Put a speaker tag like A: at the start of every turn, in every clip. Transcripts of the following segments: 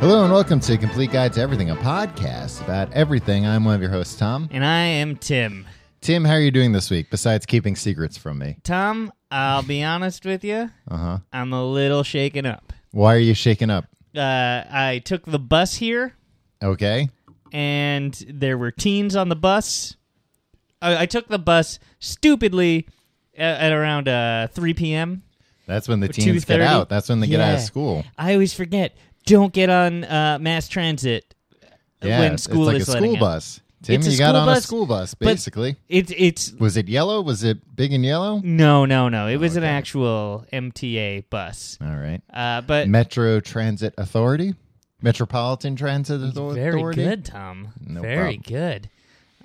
A: Hello and welcome to Complete Guide to Everything, a podcast about everything. I'm one of your hosts, Tom.
B: And I am Tim.
A: Tim, how are you doing this week? Besides keeping secrets from me,
B: Tom, I'll be honest with you.
A: uh huh.
B: I'm a little shaken up.
A: Why are you shaking up?
B: Uh, I took the bus here,
A: Okay.
B: and there were teens on the bus. I, I took the bus stupidly at, at around uh, 3 p.m.
A: That's when the teens get
B: 2:30?
A: out. That's when they get out of
B: Yeah.
A: school.
B: I always forget. Don't get on uh, mass transit
A: Yeah,
B: when
A: it's-
B: school
A: it's like
B: is
A: a
B: letting
A: school
B: out.
A: bus. Tim,
B: It's a
A: you got
B: school
A: on a
B: bus,
A: school bus,
B: but-
A: basically.
B: It's it's
A: was it yellow? Was it big and yellow?
B: no no no. It was an
A: okay.
B: actual MTA bus.
A: All right.
B: Uh, but
A: Metro Transit Authority, Metropolitan Transit Author- Authority.
B: Very good, Tom.
A: No
B: Very
A: problem.
B: good.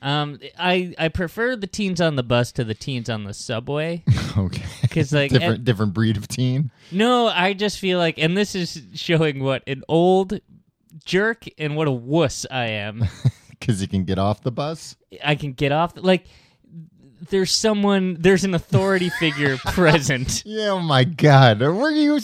B: Um, I I prefer the teens on the bus to the teens on the subway
A: Okay.
B: because like at-
A: different different breed of teen.
B: no, I just feel like, and this is showing what an old jerk and what a wuss I am.
A: Because you can get off the bus.
B: I can get off like there's someone there's an authority figure present.
A: Yeah, oh my God. What do you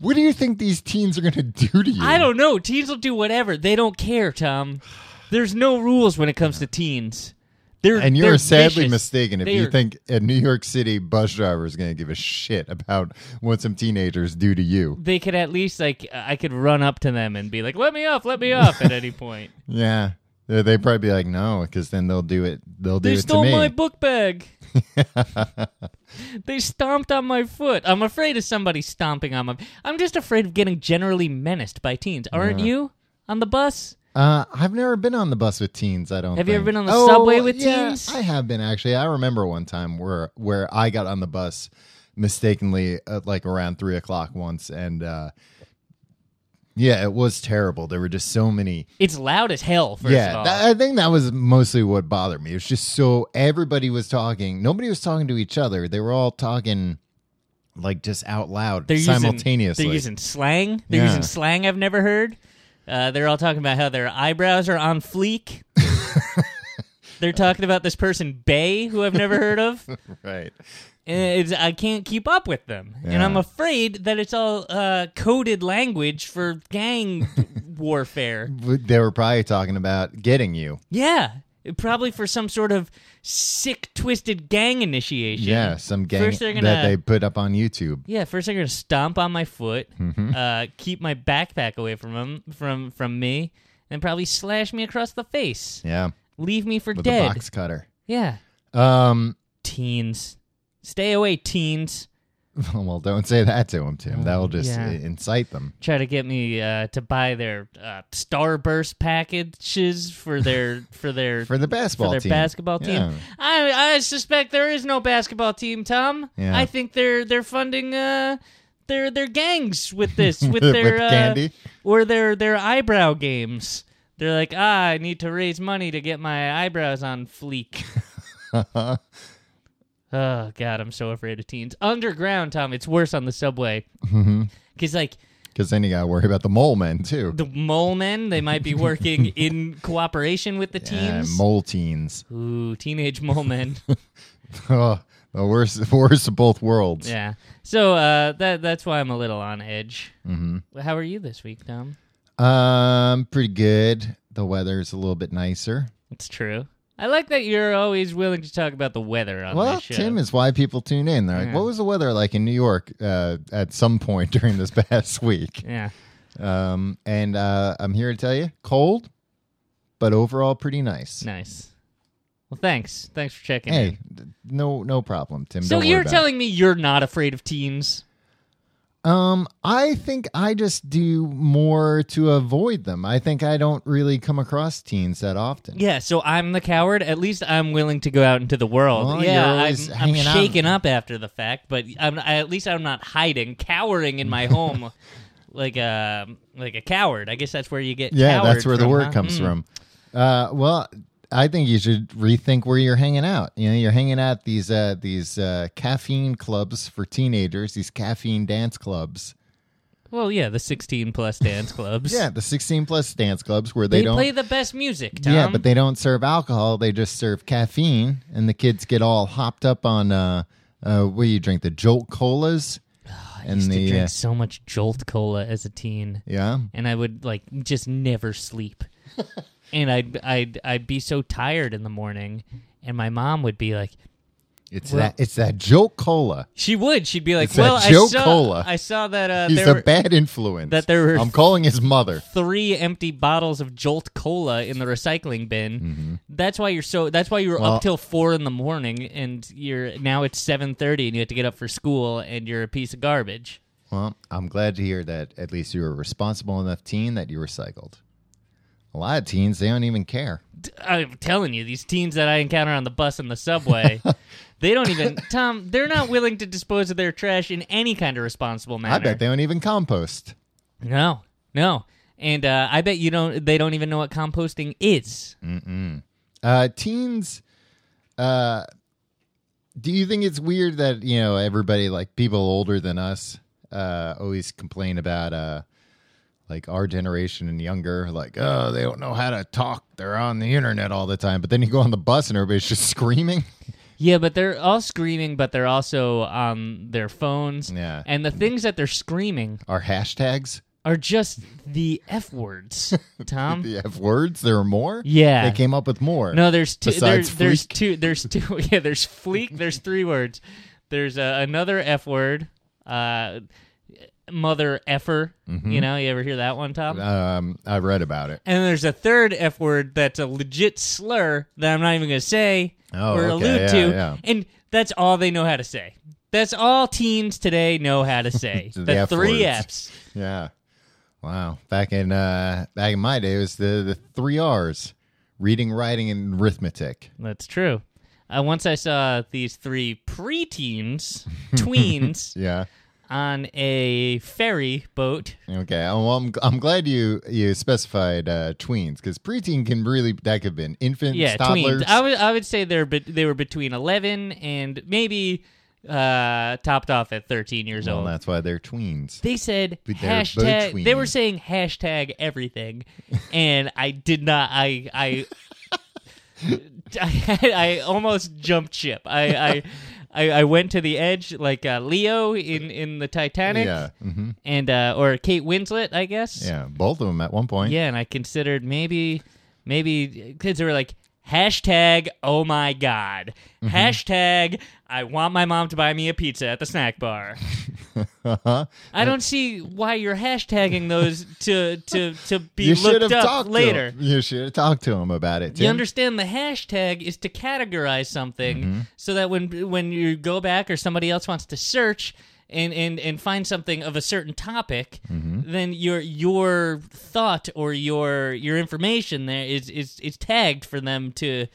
A: What do you think these teens are going to do to you?
B: I don't know. Teens will do whatever. They don't care, Tom. There's no rules when it comes to teens. They're
A: And
B: they're
A: you're sadly
B: vicious.
A: mistaken if
B: They
A: you
B: are-
A: think a New York City bus driver is going to give a shit about what some teenagers do to you.
B: they could at least like I could run up to them and be like, "Let me off, let me off!" at any point.
A: Yeah. They- They'd probably be like, no, because then they'll do it. They'll do
B: they
A: it
B: stole
A: to me.
B: my book bag. they stomped on my foot. I'm afraid of somebody stomping on my. I'm just afraid of getting generally menaced by teens. Aren't you? On the bus?
A: Uh, I've never been on the bus with teens. I don't.
B: Have you ever
A: think.
B: been on the
A: Oh,
B: subway with
A: yeah,
B: teens?
A: I have been actually. I remember one time where where I got on the bus mistakenly at like around three o'clock once, and uh, yeah, it was terrible. There were just so many.
B: It's loud as hell. First
A: yeah,
B: of all,
A: that- I think that was mostly what bothered me. It was just so everybody was talking. Nobody was talking to each other. They were all talking like just out loud
B: they're using-
A: simultaneously.
B: they're using slang. They're
A: Yeah.
B: using slang I've never heard. Uh, they're all talking about how their eyebrows are on fleek. they're talking about this person Bay, who I've never heard of.
A: right.
B: and it's, I can't keep up with them, and
A: Yeah.
B: I'm afraid that it's all uh, coded language for gang warfare.
A: But They were probably talking about getting you.
B: Yeah, probably for some sort of sick, twisted gang initiation.
A: Yeah, some gang
B: First they're
A: that
B: gonna-
A: they put up on YouTube.
B: Yeah, first they're gonna stomp on my foot,
A: Mm-hmm.
B: uh, keep my backpack away from 'em- from from me, and probably slash me across the face,
A: Yeah,
B: leave me for
A: with a
B: dead.
A: box cutter.
B: Yeah,
A: Um,
B: teens, stay away, teens.
A: well, don't say that to him, Tim. That'll just
B: Um, yeah.
A: uh, incite them.
B: try to get me uh, to buy their uh, starburst packages for their for their
A: For the basketball
B: their
A: team.
B: basketball team.
A: Yeah.
B: I I suspect there is no basketball team, Tom.
A: Yeah.
B: I think they're they're funding uh their their gangs with this with
A: With
B: their uh,
A: candy?
B: or their their eyebrow games. They're like, ah, I need to raise money to get my eyebrows on fleek. oh God, I'm so afraid of teens. Underground, Tom. It's worse on the subway
A: Mm-hmm.
B: because like
A: Because then you got to worry about the mole men, too.
B: the mole men. They might be working in cooperation with the
A: Yeah,
B: teens.
A: mole teens.
B: Ooh, teenage mole men.
A: Oh, the worst, the worst of both worlds.
B: yeah. So uh, that that's why I'm a little on edge. Mm-hmm. How are you this week, Tom?
A: Um, pretty good. The weather's a little bit nicer.
B: It's true. I like that you're always willing to talk about the weather on
A: Well,
B: this show.
A: Tim is why people tune in. They're like,
B: Oh, Yeah.
A: "What was the weather like in New York uh, at some point during this past week?"
B: yeah.
A: Um, and uh, I'm here to tell you, cold, but overall pretty nice.
B: Nice. Well, thanks. Thanks for checking
A: Hey,
B: in.
A: th- no, no problem, Tim.
B: So
A: Don't worry
B: you're
A: about
B: telling me you're not afraid of teens?
A: it. Um, I think I just do more to avoid them. I think I don't really come across teens that often.
B: Yeah, so I'm the coward. At least I'm willing to go out into the world.
A: Well,
B: yeah,
A: you're
B: I'm,
A: always
B: I'm
A: hanging out.
B: shaken up after the fact, but I'm, I, at least I'm not hiding, cowering in my home like a like a coward. I guess that's where you get.
A: Yeah,
B: coward
A: that's where the
B: from,
A: word
B: huh?
A: comes
B: Mm.
A: from. Uh, well, I think you should rethink where you're hanging out. You know, you're hanging out at these uh, these uh, caffeine clubs for teenagers, these caffeine dance clubs.
B: Well, yeah, the 16 plus dance clubs.
A: Yeah, the 16 plus dance clubs where they,
B: they,
A: don't
B: play the best music. Tom.
A: Yeah, but they don't serve alcohol. They just serve caffeine, and the kids get all hopped up on uh, uh, what do you drink? The Jolt colas.
B: Ah, I used
A: and the
B: to drink
A: uh,
B: so much Jolt Cola as a teen,
A: yeah,
B: and I would like just never sleep. and I'd I'd I'd be so tired in the morning, and my mom would be like,
A: it's
B: Well-
A: that it's that Jolt Cola.
B: she would, she'd be like,
A: It's that
B: well, I
A: Jolt
B: saw
A: Cola.
B: I saw that uh,
A: He's
B: there
A: a
B: were
A: bad influence.
B: that there were-
A: I'm calling his mother.
B: three empty bottles of Jolt Cola in the recycling bin. That's why you're so. That's why you were
A: Mm-hmm. Well-
B: up till four in the morning, and you're now it's seven thirty, and you have to get up for school, and you're a piece of garbage.
A: Well, I'm glad to hear that at least you're a responsible enough teen that you recycled. A lot of teens they don't even care.
B: I'm telling you, these teens that I encounter on the bus and the subway, they don't even Tom. They're not willing to dispose of their trash in any kind of responsible manner.
A: I bet they don't even compost.
B: No, no, and uh, I bet you don't. They don't even know what composting is.
A: Uh, teens, uh, do you think it's weird that you know everybody like people older than us uh, always complain about uh, like our generation and younger, like oh they don't know how to talk, they're on the internet all the time, but then you go on the bus and everybody's just screaming.
B: Yeah, but they're all screaming, but they're also on their phones.
A: Yeah.
B: and the things that they're screaming
A: Our hashtags,
B: are just the f words, Tom.
A: the f words. There are more.
B: Yeah.
A: they came up with more.
B: No, there's two. There,
A: Besides
B: there's
A: fleek?
B: two. There's two. Yeah, there's fleek. There's three words. There's uh, another F word. Uh, mother effer.
A: Mm-hmm.
B: You know, you ever hear that one, Tom?
A: um, I read about it.
B: And there's a third F word that's a legit slur that I'm not even going to say
A: Oh,
B: or
A: okay,
B: allude
A: yeah,
B: to.
A: yeah.
B: And that's all they know how to say. That's all teens today know how to say.
A: The
B: the
A: F
B: three
A: words.
B: Fs.
A: Yeah. Wow. Back in uh back in my day it was the, the three R's. Reading, writing, and arithmetic.
B: That's true. Uh, once I saw these three preteens, tweens,
A: Yeah.
B: on a ferry boat.
A: Okay. Oh, Well, I'm I'm glad you you specified uh tweens because preteen can really that could have been infants,
B: Yeah,
A: toddlers.
B: tweens. I would I would say they're bet they were between eleven and maybe uh, topped off at thirteen years
A: well,
B: old.
A: that's why they're tweens.
B: They said
A: But they're
B: hashtag. They were
A: between.
B: saying hashtag everything, and I did not. I I. I, had- I almost jumped ship. I, I, I, I went to the edge like uh, Leo in, in the Titanic,
A: Yeah. hmm
B: and uh, or Kate Winslet, I guess.
A: Yeah. Both of them at one point.
B: Yeah, and I considered maybe, maybe kids who were like hashtag Oh my God,
A: Mm-hmm.
B: hashtag I want my mom to buy me a pizza at the snack bar.
A: Uh-huh.
B: I don't see why you're hashtagging those to to to be
A: You should
B: looked
A: have
B: up
A: talked
B: later.
A: To 'em. You should have talked to him about it.
B: You
A: Tim.
B: understand the hashtag is to categorize something
A: Mm-hmm.
B: so that when when you go back or somebody else wants to search and, and, and find something of a certain topic,
A: Mm-hmm.
B: then your your thought or your your information there is, is is tagged for them to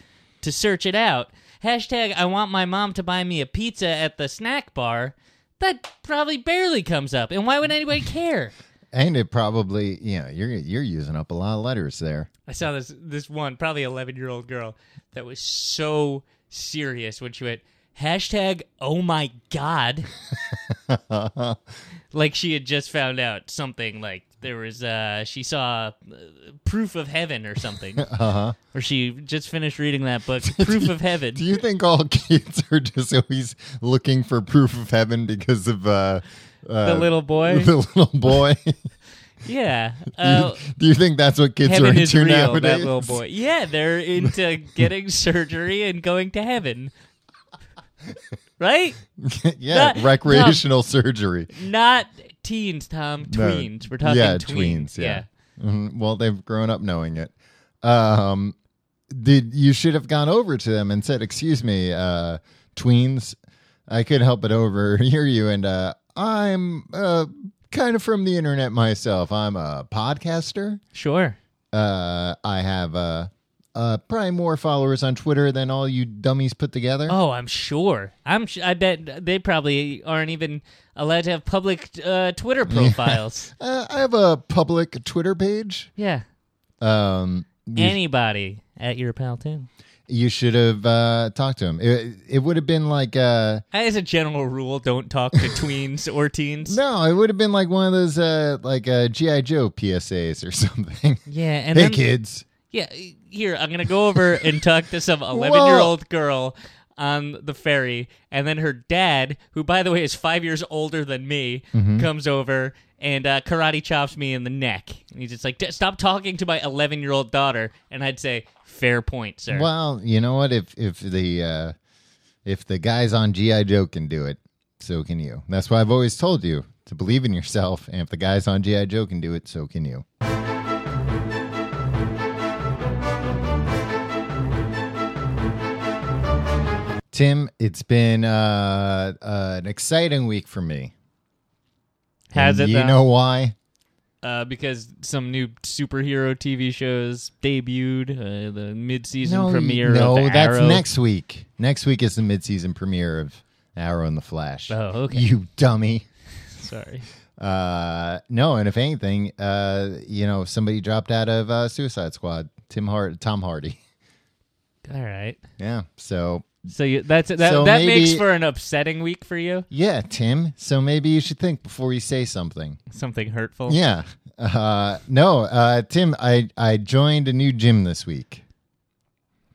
B: to search it out. Hashtag I want my mom to buy me a pizza at the snack bar. That probably barely comes up, and why would anybody care?
A: And it probably, you know, you're you're using up a lot of letters there.
B: I saw this this one probably eleven year old girl that was so serious when she went hashtag Oh my God, like she had just found out something like there was uh she saw uh, Proof of Heaven or something,
A: Uh-huh.
B: or she just finished reading that book Proof of Heaven.
A: Do you think all kids are just always looking for proof of heaven because of uh, uh,
B: the little boy,
A: the little boy?
B: yeah. Uh,
A: Do you think that's what kids are
B: heaven
A: into
B: is real,
A: nowadays?
B: that little boy. Yeah, they're into getting surgery and going to heaven, right?
A: yeah,
B: That-
A: recreational surgery.
B: Not teens, Tom.
A: No.
B: Tweens. We're talking
A: yeah,
B: tweens.
A: yeah. Mhm. Well, they've grown up knowing it. Um, did you should have gone over to them and said, "Excuse me, uh, tweens, I could help but overhear you, and uh, I'm uh, kind of from the internet myself. I'm a podcaster.
B: Sure.
A: Uh, I have uh, uh, probably more followers on Twitter than all you dummies put together.
B: Oh, I'm sure. I'm. Sh- I bet they probably aren't even allowed to have public uh, Twitter profiles.
A: Uh, I have a public Twitter page.
B: yeah.
A: Um,
B: Anybody at your pal too.
A: you should have uh, talked to him. It, it would have been like uh,
B: As a general rule, don't talk to tweens or teens.
A: no, it would have been like one of those uh, like uh, GI Joe PSAs or something.
B: Yeah, and
A: hey
B: then,
A: kids,
B: yeah. Here, I'm gonna go over and talk to some 11 year old girl on the ferry, and then her dad, who by the way is five years older than me,
A: Mm-hmm.
B: comes over and uh, karate chops me in the neck. And he's just like, "D- "Stop talking to my 11 year old daughter," and I'd say, "Fair point, sir."
A: Well, you know what? If if the uh, if the guys on GI Joe can do it, so can you. That's why I've always told you to believe in yourself, and if the guys on GI Joe can do it, so can you. Tim, it's been uh, uh, an exciting week for me.
B: Has
A: And
B: it
A: You
B: though?
A: know why?
B: uh, because some new superhero TV shows debuted uh, the mid-season
A: you-
B: premiere.
A: No,
B: of
A: that's
B: Arrow.
A: next week. Next week is the mid-season premiere of Arrow and the Flash.
B: Oh, okay.
A: You dummy.
B: Sorry.
A: Uh, no, and if anything, uh, you know, somebody dropped out of uh, Suicide Squad. Tim Hart, Tom Hardy.
B: All right.
A: Yeah. So
B: So you, that's that.
A: So
B: that
A: maybe-
B: makes for an upsetting week for you.
A: yeah, Tim. So maybe you should think before you say something.
B: Something hurtful.
A: Yeah. Uh, no, uh, Tim. I I joined a new gym this week.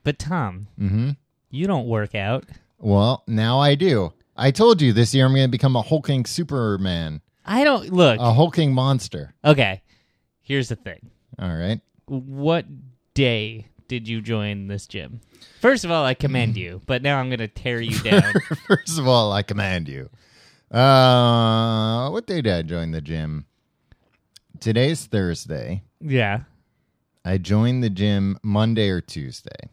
B: But Tom, mm-hmm. you don't work out.
A: Well, now I do. I told you this year I'm going to become a hulking Superman,
B: I don't look.
A: a hulking monster.
B: Okay. Here's the thing.
A: All right.
B: What day did you join this gym? First of all, I commend you, but now I'm going to tear you down.
A: First of all, I command you. Uh, what day did I join the gym? Today's Thursday.
B: yeah.
A: I joined the gym Monday or Tuesday.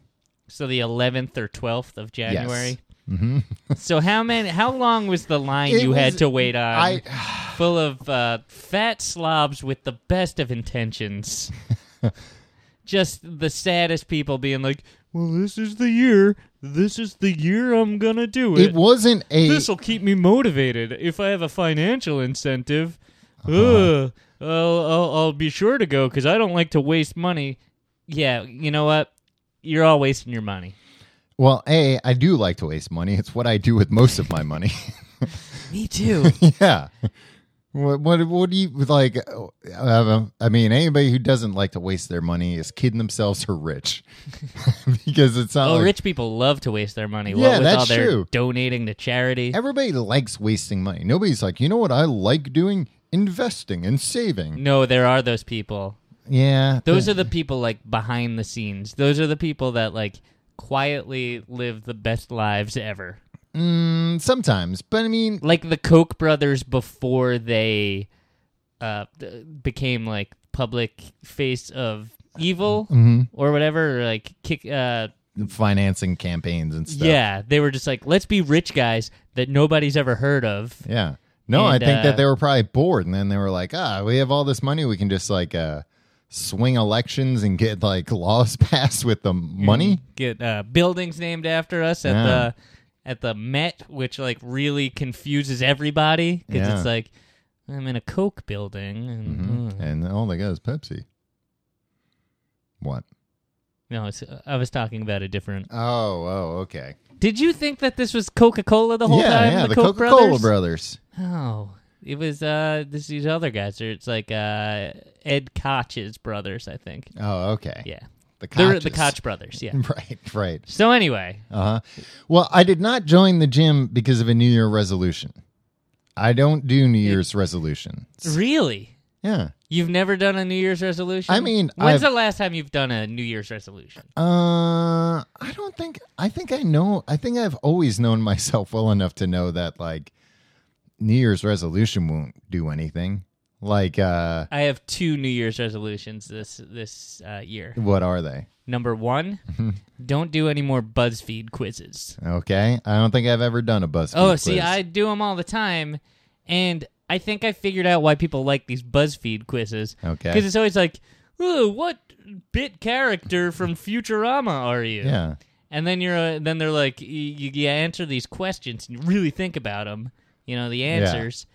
B: So the 11th or 12th of January. Mm-hmm. so how many? How long was the line
A: It
B: you had
A: was-
B: to wait on?
A: I
B: full of uh, fat slobs with the best of intentions. Just the saddest people being like, "Well, this is the year. This is the year I'm gonna do
A: it
B: it.
A: wasn't a
B: This'll keep me motivated if I have a financial incentive.
A: Uh-huh.
B: Ugh, I'll, I'll I'll be sure to go because I don't like to waste money. Yeah, you know what? You're all wasting your money.
A: well, a I do like to waste money. It's what I do with most of my money.
B: Me too.
A: yeah. What what what do you like? Uh, I mean, anybody who doesn't like to waste their money is kidding themselves or rich, because it's not
B: oh,
A: like,
B: rich people love to waste their money.
A: Yeah,
B: what with all
A: that's
B: their
A: true.
B: donating to charity.
A: Everybody likes wasting money. Nobody's like, you know what I like doing? Investing and saving.
B: No, there are those people.
A: Yeah.
B: Those are the people like behind the scenes. Those are the people that like quietly live the best lives ever.
A: Mm, sometimes. But I mean,
B: Like the Koch brothers before they uh d- became like public face of evil
A: Mm-hmm.
B: or whatever or, like kick uh
A: financing campaigns and stuff.
B: yeah, they were just like let's be rich guys that nobody's ever heard of.
A: Yeah. No, I
B: And,
A: think
B: uh,
A: that they were probably bored and then they were like, ah, we have all this money. We can just like uh, swing elections and get like laws passed with the money.
B: Get uh buildings named after us at
A: Yeah.
B: the at the Met, which like really confuses everybody because
A: Yeah. Mm-hmm.
B: it's like I'm in a Coke building and mm. ugh.
A: And all they got is Pepsi. What?
B: No, it's, I was talking about a different.
A: Oh, oh, okay.
B: Did you think that this was Coca Cola the whole
A: yeah,
B: time?
A: yeah,
B: the,
A: the,
B: Coke
A: Coca Cola brothers.
B: brothers. Oh, it was uh, this these other guys. Or it's like uh, Ed Koch's brothers, I think.
A: Oh, okay.
B: Yeah,
A: The
B: they're the
A: Kochs.
B: Koch brothers. Yeah.
A: Right, right.
B: So anyway,
A: Uh-huh. Well, I did not join the gym because of a New Year resolution. I don't do New Year's resolutions.
B: really,
A: Yeah.
B: you've never done a New Year's resolution?
A: I mean,
B: when's
A: I've-
B: the last time you've done a New Year's resolution?
A: Uh I don't think I think I know I think I've always known myself well enough to know that like New Year's resolution won't do anything. Like uh
B: I have two New Year's resolutions this this uh, year.
A: what are they?
B: Number one, don't do any more BuzzFeed quizzes.
A: Okay? I don't think I've ever done a BuzzFeed
B: Oh, see,
A: quiz.
B: I do them all the time, and I think I figured out why people like these BuzzFeed quizzes.
A: Okay.
B: because it's always like, "Ooh, what bit character from Futurama are you?"
A: Yeah.
B: and then you're uh, then they're like, y- you, you answer these questions and you really think about them, you know, the answers,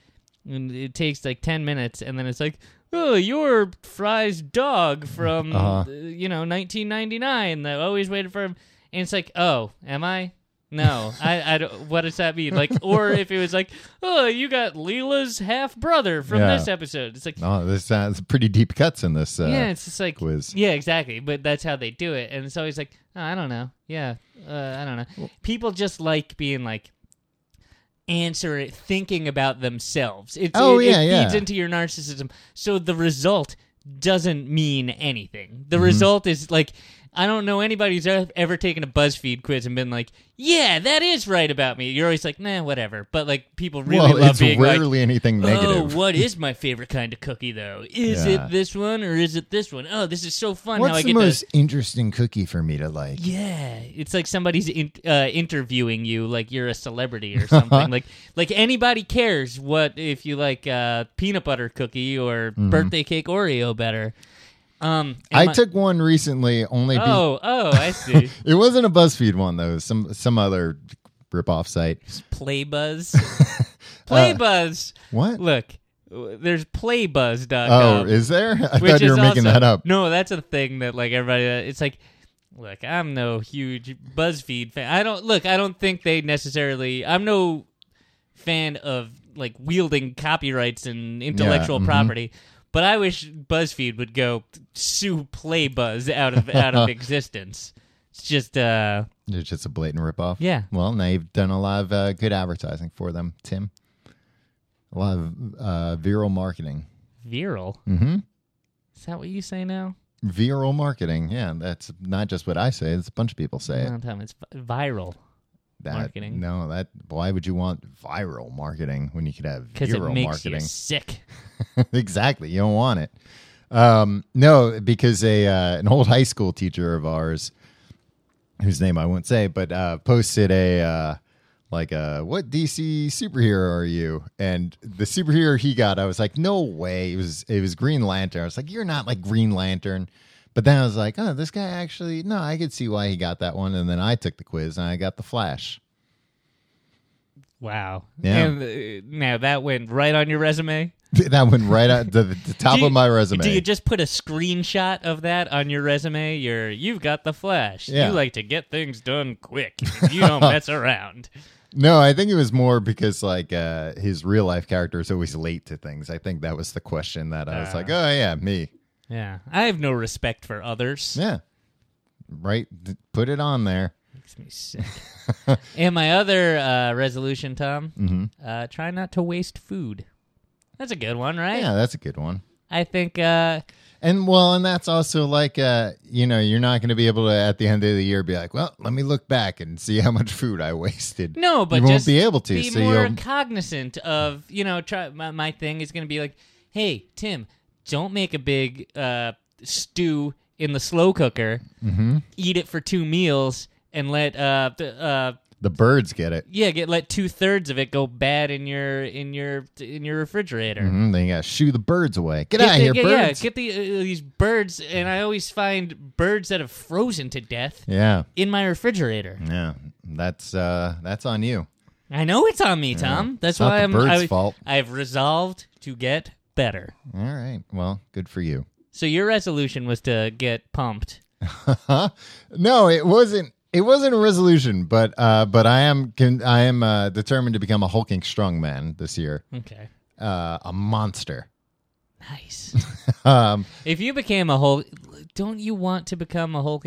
B: and it takes like ten minutes, and then it's like. Oh, you're Fry's dog from uh, you know 1999 that always waited for him, and it's like, oh, am I? No, I, I don't- what does that mean? Like, or if it was like, oh, you got Leela's half brother from
A: Yeah.
B: this episode. It's like,
A: Oh, this sounds pretty deep cuts in this. Uh,
B: yeah, it's just like,
A: quiz.
B: yeah, exactly. But that's how they do it, and it's always like, oh, I don't know, yeah, uh, I don't know. People just like being like, answer it, thinking about themselves. It's,
A: Oh,
B: it,
A: yeah,
B: it
A: yeah.
B: feeds into your narcissism. So the result doesn't mean anything.
A: Mm-hmm.
B: The result is like. I don't know anybody who's ev- ever taken a BuzzFeed quiz and been like, "Yeah, that is right about me." You're always like, "Nah, whatever." But like, people really
A: well,
B: love
A: it's
B: being like,
A: rarely anything negative.
B: Oh, what is my favorite kind of cookie though? Is
A: Yeah.
B: it this one or is it this one? Oh, this is so fun how I
A: What's the
B: get
A: most
B: to
A: interesting cookie for me to like?
B: yeah, it's like somebody's in, uh, interviewing you, like you're a celebrity or something. like, like anybody cares what if you like uh, peanut butter cookie or birthday cake Oreo better. Um, and
A: Mm-hmm. I
B: my-
A: took one recently only be-
B: Oh, oh, I see.
A: It wasn't a BuzzFeed one though. It was Some some other ripoff site.
B: Play Buzz.
A: Uh,
B: Play Buzz.
A: What?
B: Look, w- there's playbuzz.com.
A: Oh, is there? I
B: Which
A: thought you
B: is
A: were making
B: also-
A: that up.
B: No, that's a thing that like everybody. uh, It's like, look, I'm no huge BuzzFeed fan. I don't look. I don't think they necessarily. I'm no fan of like wielding copyrights and intellectual
A: mhm.
B: property. But I wish BuzzFeed would go sue Playbuzz out of out of existence. It's just uh
A: It's just a blatant ripoff.
B: Yeah.
A: Well, now you've done a lot of uh, good advertising for them, Tim. A lot of uh, viral marketing.
B: viral.
A: Mm-hmm.
B: Is that what you say now?
A: Viral marketing. Yeah, that's not just what I say. It's a bunch of people say it.
B: No, Tom, it's vi- viral
A: That,
B: marketing.
A: No, that. Why would you want viral marketing when you could have
B: because it
A: viral
B: makes you
A: marketing?
B: sick.
A: exactly. You don't want it. Um, no, because a uh, an old high school teacher of ours, whose name I won't say, but uh, posted a uh, like a what DC superhero are you? And the superhero he got, I was like, no way. It was it was Green Lantern. I was like, you're not like Green Lantern. But then I was like, oh, this guy actually no, I could see why he got that one. And then I took the quiz and I got the Flash.
B: Wow.
A: Yeah.
B: And uh, now that went right on your resume.
A: that went right out the, the top
B: Do you-
A: of my resume.
B: Do you just put a screenshot of that on your resume? You're you've got the flash.
A: Yeah.
B: You like to get things done quick. and you don't mess around.
A: No, I think it was more because like uh, his real life character is always late to things. I think that was the question that I was
B: Ah.
A: like, oh yeah, me,
B: Yeah. I have no respect for others.
A: yeah, right. D- Put it on there.
B: Makes me sick. and my other uh, resolution, Tom,
A: Mm-hmm.
B: uh, try not to waste food. That's a good one, right?
A: Yeah, that's a good one.
B: I think uh,
A: And well, and that's also like uh, you know, you're not going to be able to at the end of the year be like, well, let me look back and see how much food I wasted.
B: No, but
A: you won't
B: just
A: be able to.
B: Be
A: so
B: more
A: you'll
B: cognizant of you know. Try my, my thing is going to be like, hey Tim, don't make a big uh, stew in the slow cooker.
A: Mm-hmm.
B: Eat it for two meals and let uh, th- uh,
A: the birds get it.
B: yeah get let two thirds of it go bad in your in your in your refrigerator.
A: Mm, then you got to shoo the birds away. Get,
B: Get
A: out
B: the-
A: of here,
B: get- yeah,
A: birds.
B: get the, uh, these birds, and I always find birds that have frozen to death
A: yeah,
B: in my refrigerator.
A: yeah. That's uh, that's on you.
B: I know it's on me, Tom. That's
A: It's not
B: why
A: the
B: I'm.
A: bird's
B: I,
A: fault.
B: I've resolved to get better.
A: All right. Well, good for you.
B: So your resolution was to get pumped.
A: Huh? No, it wasn't. It wasn't a resolution, but uh, but I am con- I am uh, determined to become a hulking strongman this year,
B: Okay.
A: uh, a monster.
B: Nice.
A: Um,
B: if you became a Hulk, don't you want to become a Hulk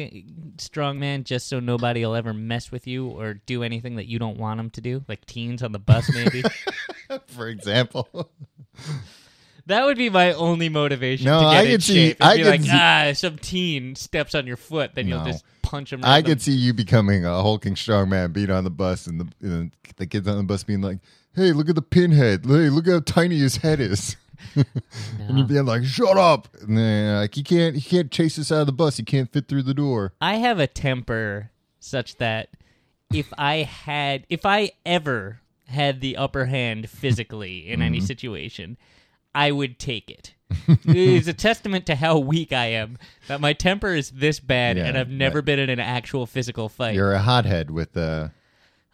B: strongman just so nobody will ever mess with you or do anything that you don't want them to do, like teens on the bus, maybe?
A: for example,
B: that would be my only motivation.
A: No,
B: to get
A: I
B: in
A: could see-
B: shape. It'd
A: I
B: be
A: could
B: like,
A: see-
B: ah, some teen steps on your foot, then you'll
A: No.
B: just punch him. Right
A: I
B: in the-
A: could see you becoming a hulking strongman, being on the bus, and the and the kids on the bus being like, "Hey, look at the pinhead! Hey, look how tiny his head is!" And you'd be like, "Shut up!" And they're like, "You can't, you can't chase us out of the bus. You can't fit through the door."
B: I have a temper such that if I had, if I ever had the upper hand physically in
A: Mm-hmm.
B: any situation, I would take it. it is a testament to how weak I am that my temper is this bad,
A: Yeah,
B: and I've never been in an actual physical fight.
A: You're a hothead with uh,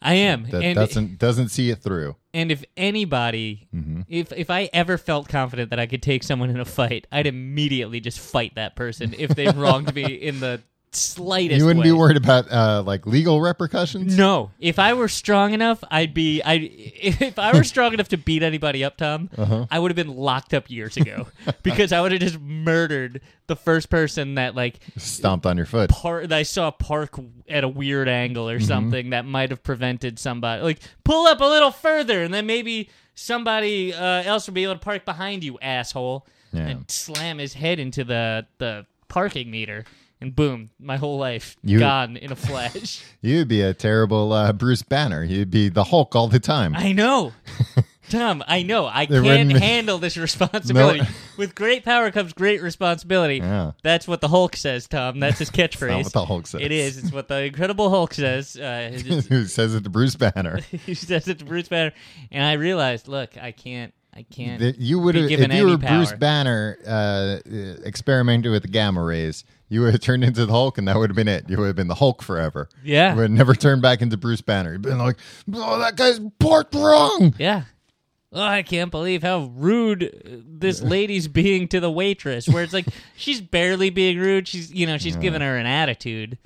B: I am,
A: that
B: and
A: doesn't doesn't see it through.
B: and if anybody,
A: Mm-hmm.
B: if if I ever felt confident that I could take someone in a fight, I'd immediately just fight that person if they wronged me in the slightest.
A: You wouldn't be
B: way.
A: worried about uh, like legal repercussions.
B: No, if I were strong enough, I'd be. I if I were strong enough to beat anybody up, Tom,
A: Uh-huh.
B: I would have been locked up years ago because I would have just murdered the first person that like
A: Stomped on your foot.
B: park. I saw park at a weird angle
A: Mm-hmm.
B: or something that might have prevented somebody like pull up a little further, and then maybe somebody uh, else would be able to park behind you, asshole,
A: Yeah.
B: and slam his head into the the parking meter. And boom, my whole life
A: You-
B: gone in a flash.
A: You'd be a terrible uh, Bruce Banner. You'd be the Hulk all the time.
B: I know. Tom, I know. I
A: There
B: can't
A: wouldn't be-
B: handle this responsibility. With great power comes great responsibility.
A: Yeah.
B: That's what the Hulk says, Tom. That's his catchphrase.
A: not what the Hulk says.
B: It is. It's what the Incredible Hulk says. Uh, it's-
A: Who says it to Bruce Banner?
B: he says it to Bruce Banner, and I realized, look, I can't. I can't.
A: That you would have,
B: Be
A: if
B: given
A: you
B: any
A: were Bruce
B: power.
A: Banner, uh, uh, experimented with the gamma rays, you would have turned into the Hulk, and that would have been it. You would have been the Hulk forever.
B: Yeah.
A: you would have never turned back into Bruce Banner. You'd been like, oh, that guy's parked wrong.
B: yeah. Oh, I can't believe how rude uh, this lady's being to the waitress. Where it's like she's barely being rude. She's, you know, she's giving her an attitude,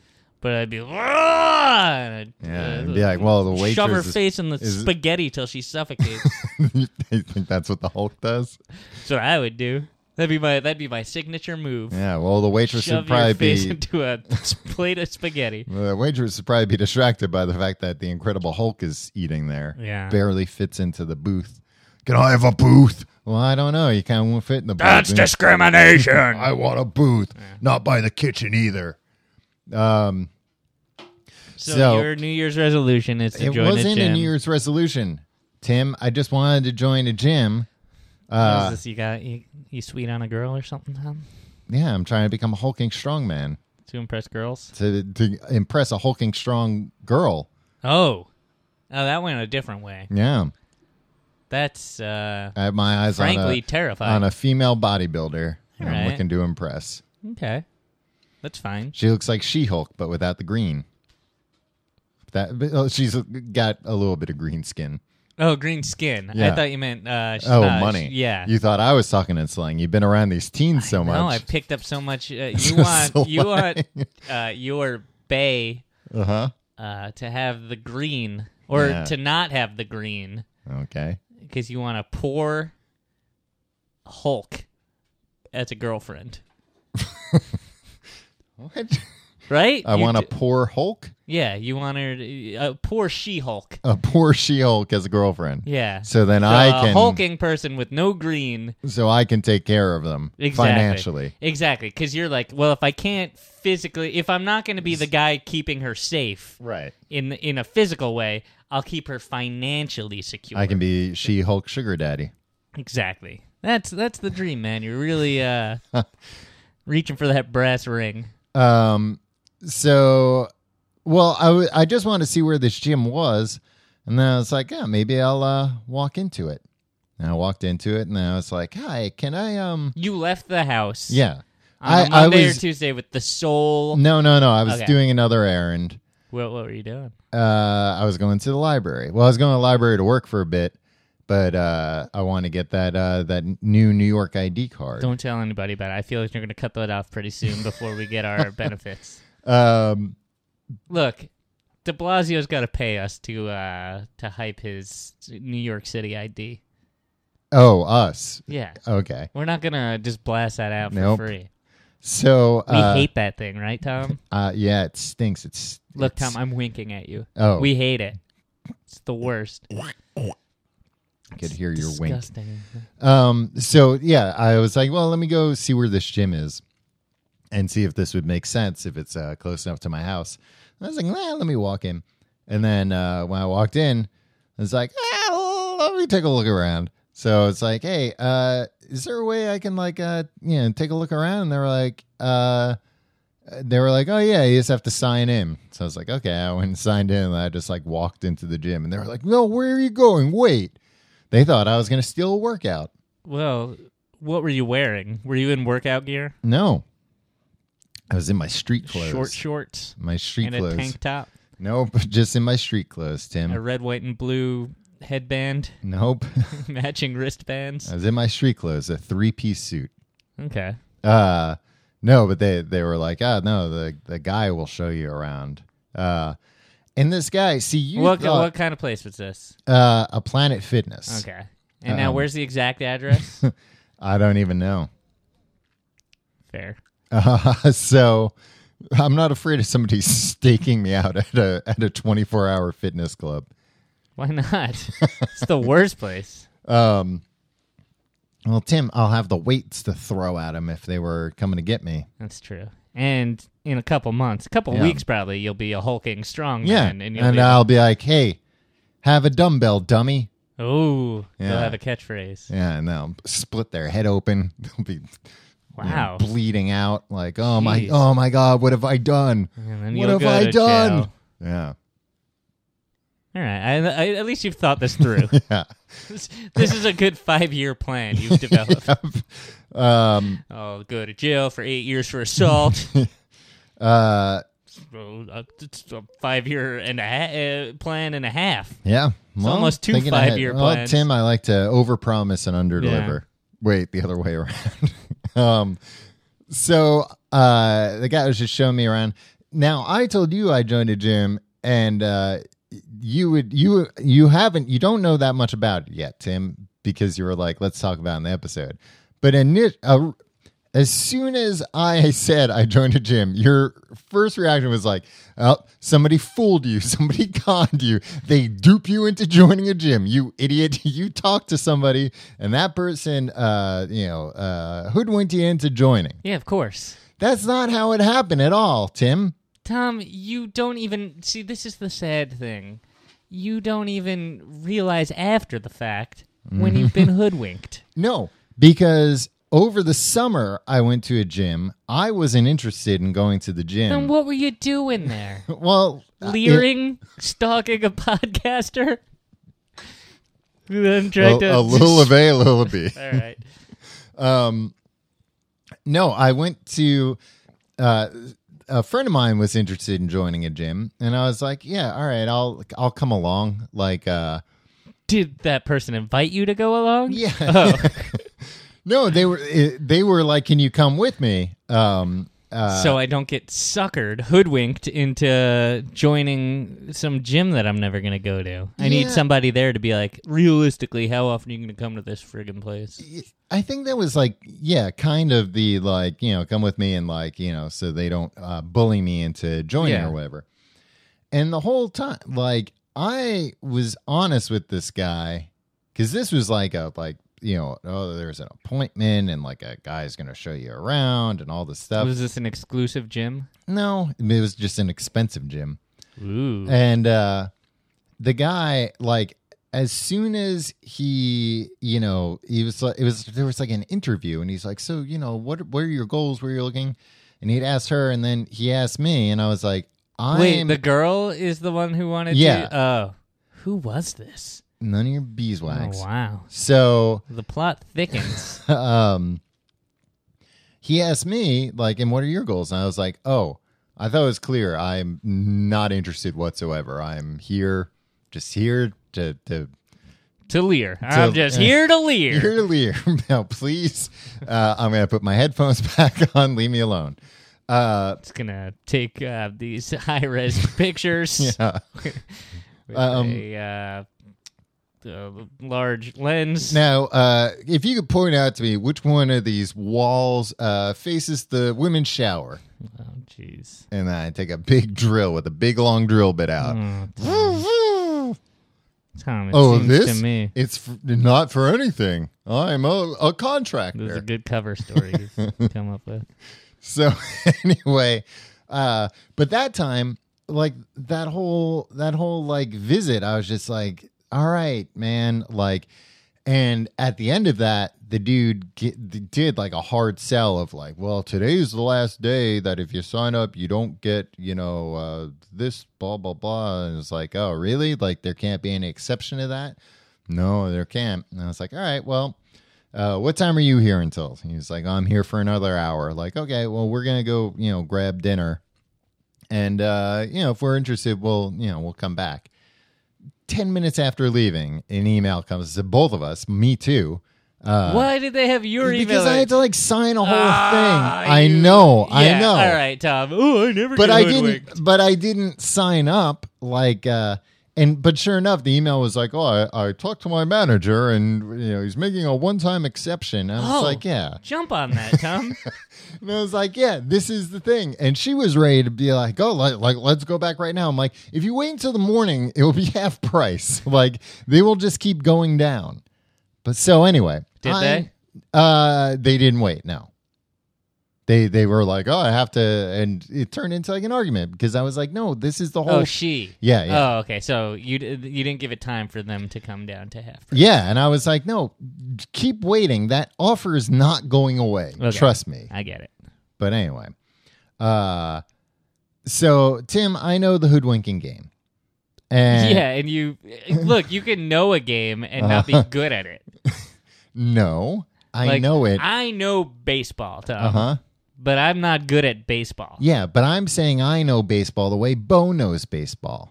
B: but I'd be, "Ah!" and I'd,
A: Yeah,
B: uh,
A: and be like, well, the
B: shove her
A: waitress. is-
B: face in the
A: is-
B: spaghetti till she suffocates.
A: you think that's what the Hulk does?
B: That's what I would do. That'd be my that'd be my signature move.
A: Yeah. Well, the waitress
B: Shove
A: would probably
B: your face
A: be.
B: into a plate of spaghetti.
A: The waitress would probably be distracted by the fact that the Incredible Hulk is eating there.
B: Yeah.
A: Barely fits into the booth. Can I have a booth? Well, I don't know. You kind of won't fit in the booth.
C: discrimination.
A: I want a booth, not by the kitchen either.
B: So,
A: So-
B: your New Year's resolution is to
A: It
B: join a
A: wasn't
B: gym.
A: a New Year's resolution, Tim. I just wanted to join a gym. Uh,
B: What is this? You got you, you sweet on a girl or something, Tom?
A: Yeah, I'm trying to become a hulking strongman
B: To impress girls?
A: to to impress a hulking strong girl.
B: Oh. Oh, that went a different way.
A: Yeah,
B: That's uh
A: I have my eyes
B: frankly
A: on a on
B: terrifying.
A: a female bodybuilder. and I'm
B: Alright.
A: looking to impress.
B: okay. That's fine.
A: She looks like She-Hulk, but without the green. That but, oh, she's got a little bit of green skin.
B: Oh, green skin. I
A: Yeah.
B: thought you meant uh she's
A: Oh,
B: not-
A: money!
B: yeah.
A: you thought I was talking in slang. You've been around these teens so much.
B: No, I picked up so much. Uh, you want
A: So
B: you
A: why?
B: want uh, your bay
A: Uh huh.
B: uh, to have the green, or
A: Yeah.
B: to not have the green,
A: Okay.
B: because you want a poor Hulk as a girlfriend,
A: What?
B: right?
A: I
B: You
A: want a
B: d-
A: poor Hulk,
B: yeah. You want her to- a poor She Hulk.
A: a poor She Hulk as a girlfriend.
B: Yeah.
A: So then
B: So uh,
A: I
B: a
A: can,
B: hulking person with no green
A: so I can take care of them
B: Exactly.
A: financially.
B: exactly because you're like well if i can't physically if i'm not going to be the guy keeping her safe
A: Right.
B: in in a physical way, I'll keep her financially secure.
A: I can be She Hulk sugar daddy.
B: exactly. That's that's the dream, man. You're really uh, reaching for that brass ring.
A: Um. So, well, I w- I just wanted to see where this gym was, and then I was like, yeah, maybe I'll uh, walk into it. And I walked into it, and I was like, hi, can I um?
B: You left the house.
A: Yeah.
B: On a
A: I I
B: Monday
A: was Mm.
B: or Tuesday with the soul.
A: no no no. I was
B: Okay.
A: doing another errand.
B: What, what were you doing?
A: uh, I was going to the library. Well, I was going to the library to work for a bit, but uh, I want to get that uh, that new New York ID card.
B: Don't tell anybody about it. I feel like you're going to cut that off pretty soon before we get our benefits.
A: Um,
B: Look, De Blasio's got to pay us to uh, to hype his New York City ID.
A: oh, us.
B: Yeah,
A: Okay.
B: we're not going to just blast that out for
A: Nope.
B: free.
A: So
B: We
A: uh,
B: hate that thing, right, Tom?
A: uh, yeah, it stinks. It's
B: Look,
A: it's-
B: Tom, I'm winking at you.
A: Oh.
B: We hate it. It's the worst.
A: I could hear your wink.
B: Disgusting.
A: Um, so yeah, I was like, well, let me go see where this gym is and see if this would make sense if it's uh, close enough to my house. And I was like, nah, let me walk in. And then uh, when I walked in, I was like, ah, let me take a look around. So it's like, hey, uh, is there a way I can like, uh, you know, take a look around? And they were like, uh, they were like, oh yeah, you just have to sign in. So I was like, okay, I went and signed in. And I just like walked into the gym, and they were like, no, where are you going? Wait. They thought I was going to steal a workout.
B: Well, what were you wearing? Were you in workout gear?
A: No. I was in my street clothes.
B: Short shorts
A: my street
B: and
A: clothes. Mm.
B: a tank top,
A: Nope, just in my street clothes, Tim.
B: a red, white, and blue headband,
A: nope. Uh,
B: matching wristbands.
A: I was in my street clothes, a three piece suit.
B: Okay.
A: Uh No, but they they were like, ah, no, the the guy will show you around. Uh, and this guy, see, you
B: What
A: thought,
B: what kind of place was this?
A: uh, a Planet Fitness.
B: Okay. And
A: um,
B: now where's the exact address?
A: I don't even know.
B: Fair.
A: Uh, so I'm not afraid of somebody staking me out at a at a 24 hour fitness club.
B: Why not? it's the worst place.
A: Um, Well, Tim, I'll have the weights to throw at him if they were coming to get me.
B: That's true. And in a couple months, a couple
A: Yeah.
B: weeks probably, you'll be a hulking strong
A: Yeah,
B: man, and
A: and,
B: you'll be
A: I'll be like, hey, have a dumbbell, dummy.
B: oh, you'll
A: Yeah.
B: have a catchphrase.
A: Yeah, and they'll split their head open. They'll be you know,
B: Wow.
A: bleeding out. Like, oh my,
B: Jeez.
A: oh my God, what have I done?
B: And then
A: what
B: you'll
A: have
B: go
A: I
B: to
A: done?
B: jail.
A: Yeah,
B: All right. I, I, at least you've thought this through.
A: yeah.
B: this, this is a good five-year plan you've developed.
A: Um,
B: I'll go to jail for eight years for assault.
A: uh,
B: Oh, uh, it's a five-year and a ha- uh, plan and a half.
A: yeah. Well,
B: almost two
A: thinking ahead.
B: five-year
A: Well,
B: plans.
A: Tim, I like to overpromise and underdeliver. Wait, the other way around. um, so uh, the guy was just showing me around. Now I told you I joined a gym, and uh, you would you you haven't you don't know that much about it yet, Tim, because you were like, let's talk about it in the episode. But in it, uh, as soon as I said I joined a gym, your first reaction was like, "Oh, somebody fooled you. Somebody conned you. They dupe you into joining a gym. You idiot! You talked to somebody, and that person, uh, you know, uh, hoodwinked you into joining."
B: Yeah, of course.
A: That's not how it happened at all, Tim.
B: Tom, you don't even see. This is the sad thing. You don't even realize after the fact when you've been
A: Mm.
B: hoodwinked.
A: No, because over the summer I went to a gym. I wasn't interested in going to the
B: Then
A: gym.
B: what were you doing there?
A: Well, uh, it-
B: Leering, stalking a podcaster. then trying to
A: a, a little of a, a little of b.
B: All right.
A: No, I went to uh, a friend of mine was interested in joining a gym, and I was like, "Yeah, all right, I'll I'll come along." Like, uh,
B: Did that person invite you to go along?
A: yeah,
B: Oh,
A: no, they were it, they were like, "Can you come with me?" Um, uh,
B: so I don't get suckered, hoodwinked into joining some gym that I'm never going to go to. I need
A: Yeah.
B: somebody there to be like, realistically, how often are you going to come to this friggin' place?
A: I think that was like, yeah, kind of the like, you know, come with me and like, you know, so they don't uh, bully me into joining
B: Yeah.
A: or whatever. And the whole time, like, I was honest with this guy because this was like a like, you know, oh, there's an appointment and like a guy's gonna show you around and all this stuff.
B: Was this an exclusive gym?
A: no, it was just an expensive gym.
B: Ooh.
A: And uh the guy like as soon as he, you know, he was like it was there was like an interview and he's like, "So, you know, what what are your goals? Where are you looking?" And he'd asked her and then he asked me and I was like, "I'm
B: Wait, the girl is the one who wanted
A: Yeah.
B: to. Oh. Who was this?
A: none of your beeswax."
B: Oh, wow.
A: So,
B: The plot thickens.
A: um he asked me like, "And what are your goals?" And I was like, "Oh, I thought it was clear. I'm not interested whatsoever. I'm here just here to to
B: to leer. I'm just
A: uh,
B: here to leer.
A: earlier. Now, please, uh, I'm going to put my headphones back on. Leave me alone. Uh,
B: It's going to take uh, these high res pictures.
A: yeah.
B: with
A: Um,
B: a uh, uh, large lens.
A: Now, uh, if you could point out to me which one of these walls uh, faces the women's shower,
B: oh, jeez.
A: and I take a big drill with a big long drill bit out.
B: Mm, Tom, it
A: Oh,
B: seems
A: this?
B: to me
A: It's f- not for anything. I'm a, a
B: this is a
A: contractor.
B: good cover story you've come up with.
A: So anyway, uh, but that time, like that whole that whole like visit, I was just like, all right, man, like, and at the end of that, the dude get, did like a hard sell of like, well, today's the last day that if you sign up, you don't get you know uh, this blah blah blah, and it's like, oh, really? Like there can't be any exception to that. No, there can't. And I was like, all right, well, uh, what time are you here until? He was like, I'm here for another hour. Like, okay, well, we're gonna go, you know, grab dinner, and uh, you know, if we're interested, we'll, you know, we'll come back. Ten minutes after leaving, an email comes to both of us, me too, Uh,
B: Why did they have your email?
A: because I had to like sign a whole
B: Ah,
A: thing. I
B: you-
A: know,
B: Yeah,
A: I know.
B: All right, Tom. Oh, I never.
A: But
B: get
A: I
B: hoodwinked.
A: didn't. But I didn't sign up. Like, uh, and but sure enough, the email was like, "Oh, I, I talked to my manager, and you know, he's making a one-time exception." And I was
B: Oh.
A: like, "Yeah,"
B: Jump on that, Tom. Oh,
A: and I was like, "Yeah, this is the thing." And she was ready to be like, "Oh, like, like let's go back right now." I'm like, "If you wait until the morning, it will be half price. Like, they will just keep going down." But so anyway,
B: Did
A: I-
B: they?
A: Uh, they didn't wait. No, they they were like, "Oh, I have to," and it turned into like an argument because I was like, "No, this is the whole."
B: oh, she.
A: yeah, yeah.
B: Oh, okay. So you d- you didn't give it time for them to come down to half. price.
A: yeah, and I was like, no, keep waiting. That offer is not going away.
B: Okay.
A: Trust me.
B: I get it.
A: But anyway, uh, so Tim, I know the hoodwinking game, and
B: yeah, and you look. You can know a game and not be good at it.
A: no, Uh-huh. I
B: Like,
A: know it.
B: I know baseball, Tom,
A: Uh huh.
B: but I'm not good at baseball.
A: Yeah, but I'm saying I know baseball the way Bo knows baseball.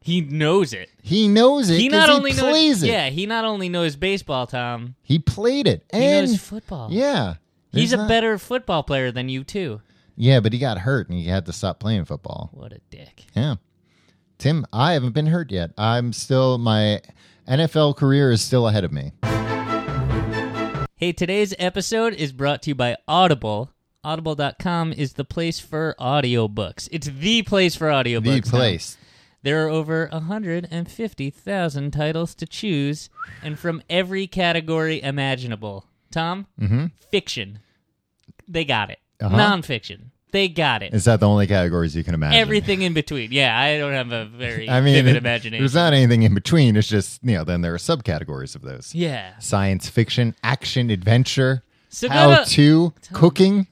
B: He knows it.
A: He knows it.
B: He
A: 'cause
B: not only
A: plays
B: knows.
A: it.
B: Yeah, he not only knows baseball, Tom.
A: He played it.
B: He
A: And
B: knows football.
A: yeah.
B: He's
A: There's
B: a
A: not-
B: better football player than you too.
A: Yeah, but he got hurt and he had to stop playing football.
B: What a dick.
A: Yeah. Tim, I haven't been hurt yet. I'm still my NFL career is still ahead of me.
B: Hey, today's episode is brought to you by Audible. Audible.com is the place for audiobooks. It's the place for audiobooks.
A: The
B: now.
A: place.
B: There are over 150,000 titles to choose, and from every category imaginable. Tom? Mm-hmm. Fiction. They got it.
A: Uh-huh.
B: Nonfiction. They got it.
A: Is that the only categories you can imagine?
B: Everything in between. Yeah, I don't have a very
A: I mean,
B: vivid
A: it-
B: imagination.
A: there's not anything in between. It's just, you know, then there are subcategories of those.
B: yeah.
A: Science fiction, action, adventure,
B: So go
A: how
B: to-
A: to, cooking.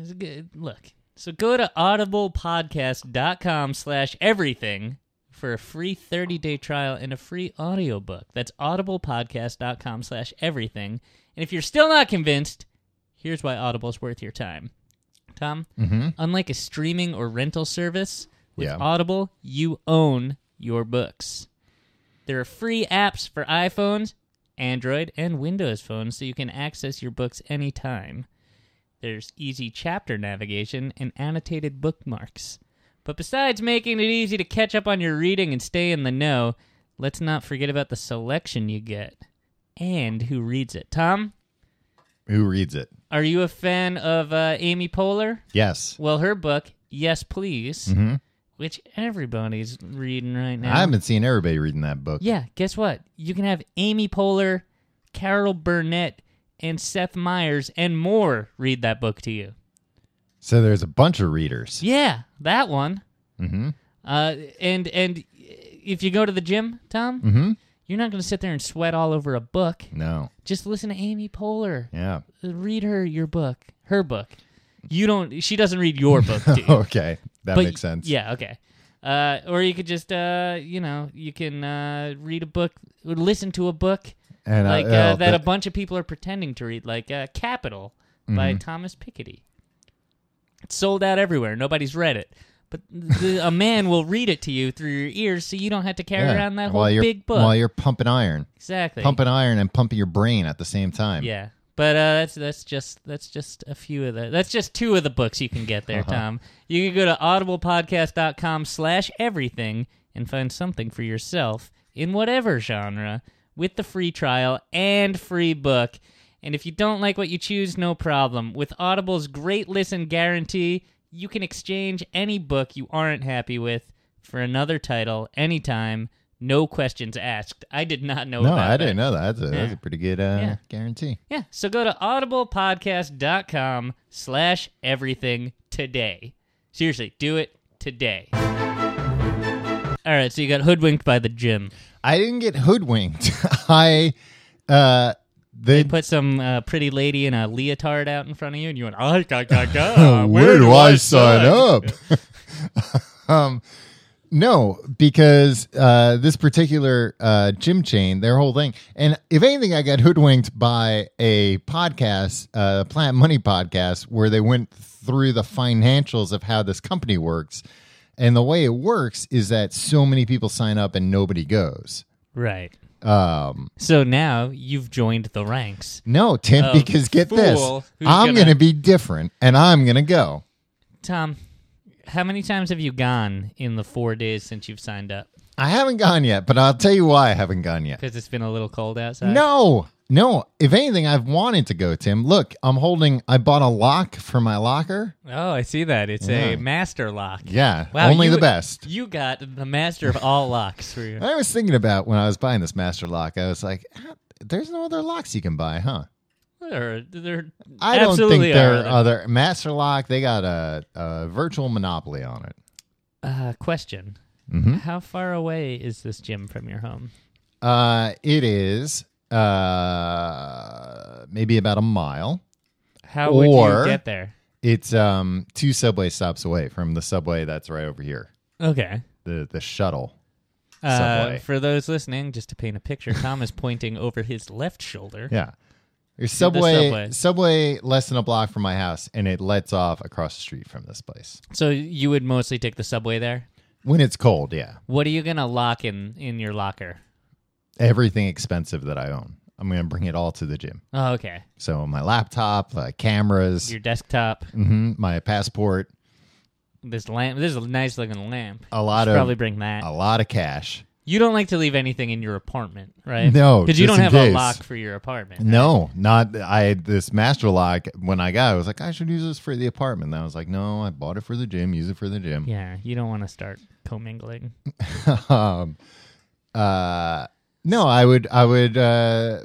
B: It's good. Look, so go to audiblepodcast.com slash everything for a free 30-day trial and a free audiobook. That's audiblepodcast.com slash everything. And if you're still not convinced, here's why Audible's worth your time. Tom, unlike a streaming or rental service, with
A: Yeah.
B: Audible, you own your books. There are free apps for iPhones, Android, and Windows phones so you can access your books anytime. There's easy chapter navigation and annotated bookmarks. But besides making it easy to catch up on your reading and stay in the know, let's not forget about the selection you get and who reads it. Tom,
A: Who reads it?
B: are you a fan of uh, Amy Poehler?
A: Yes.
B: Well, her book, Yes Please, which everybody's reading right now.
A: I haven't seen everybody reading that book.
B: Yeah, guess what? You can have Amy Poehler, Carol Burnett, and Seth Meyers and more read that book to you.
A: So there's a bunch of readers.
B: Yeah, that one.
A: Mhm.
B: Uh, and and if you go to the gym, Tom,
A: Mhm.
B: you're not going to sit there and sweat all over a book.
A: No.
B: Just listen to Amy Poehler. Uh,
A: Yeah.
B: Read her your book, her book. You don't. She doesn't read your book, do you?
A: Okay. Oh, That
B: But-
A: makes sense.
B: Yeah. Okay. Uh, or you could just, uh, you know, you can uh, read a book, or listen to a book
A: And I-
B: like uh,
A: oh,
B: that a
A: the-
B: bunch of people are pretending to read, like uh, Capital
A: Mm-hmm.
B: by Thomas Piketty. It's sold out everywhere. Nobody's read it, but the, a man will read it to you through your ears, so you don't have to carry
A: yeah,
B: around that
A: while
B: whole
A: you're-
B: big book.
A: While you're pumping iron.
B: exactly.
A: pumping iron and pumping your brain at the same time.
B: Yeah, but uh, that's that's just that's just a few of the that's just two of the books you can get there,
A: Uh-huh.
B: Tom. You can go to audiblepodcast.com/slash everything and find something for yourself in whatever genre with the free trial and free book. And if you don't like what you choose, no problem. With Audible's great listen guarantee, you can exchange any book you aren't happy with for another title anytime, no questions asked. I did not know
A: No,
B: about
A: I
B: that.
A: didn't know that. That's a, that's a pretty good uh,
B: Yeah.
A: guarantee.
B: Yeah, so go to audiblepodcast.com slash everything today. Seriously, do it today. All right, so you got hoodwinked by the gym.
A: I didn't get hoodwinked. I uh, they,
B: Put some uh, pretty lady in a leotard out in front of you, and you went, oh, ga, ga, ga,
A: where do I sign up? um, no, because uh, this particular uh, gym chain, their whole thing, and if anything, I got hoodwinked by a podcast, uh, Plant Money podcast, where they went through the financials of how this company works. And the way it works is that so many people sign up and nobody goes.
B: Right.
A: Um,
B: So now you've joined the ranks.
A: no, Tim,
B: Of
A: because get this,
B: fool who's
A: I'm
B: gonna-
A: Oh, gonna be different, and I'm gonna go.
B: Tom, how many times have you gone in the four days since you've signed up?
A: I haven't gone yet, but I'll tell you why I haven't gone yet.
B: Because it's been a little cold outside.
A: No, no. If anything, I've wanted to go, Tim. Look, I'm holding. I bought a lock for my locker.
B: Oh, I see that. It's
A: Yeah.
B: a master lock.
A: Yeah,
B: Wow,
A: only
B: you-
A: the best.
B: You got the master of all locks for you.
A: I was thinking about when I was buying this master lock. I was like, "Ah, "There's no other locks you can buy, huh?"
B: There- there
A: I don't
B: absolutely
A: think uh, there
B: are
A: are
B: other-
A: other master lock. They got a, a virtual monopoly on it.
B: Uh, question.
A: Mm-hmm.
B: How far away is this gym from your home?
A: Uh, it is uh, maybe about a mile.
B: How would
A: Or-
B: you get there?
A: It's um, two subway stops away from the subway that's right over here.
B: Okay.
A: The the shuttle.
B: Uh,
A: Subway.
B: for those listening, just to paint a picture, Tom is pointing over his left shoulder.
A: Yeah. There's subway,
B: subway.
A: subway less than a block from my house and it lets off across the street from this place.
B: So you would mostly take the subway there.
A: When it's cold, yeah.
B: What are you gonna lock in in your locker?
A: Everything expensive that I own. I'm going to bring it all to the gym.
B: Oh, okay.
A: So my laptop, uh, cameras,
B: Your desktop.
A: mhm, my passport,
B: This lamp. This is a nice looking lamp.
A: a lot of
B: Probably bring that.
A: a lot of cash.
B: You don't like to leave anything in your apartment, right?
A: No,
B: because you
A: just
B: don't have
A: in
B: a
A: case.
B: lock for your apartment.
A: No, not I had this master lock when I got it. I was like, I should use this for the apartment. And I was like, no, I bought it for the gym, use it for the gym.
B: Yeah, you don't want to start commingling.
A: um uh no i would i would uh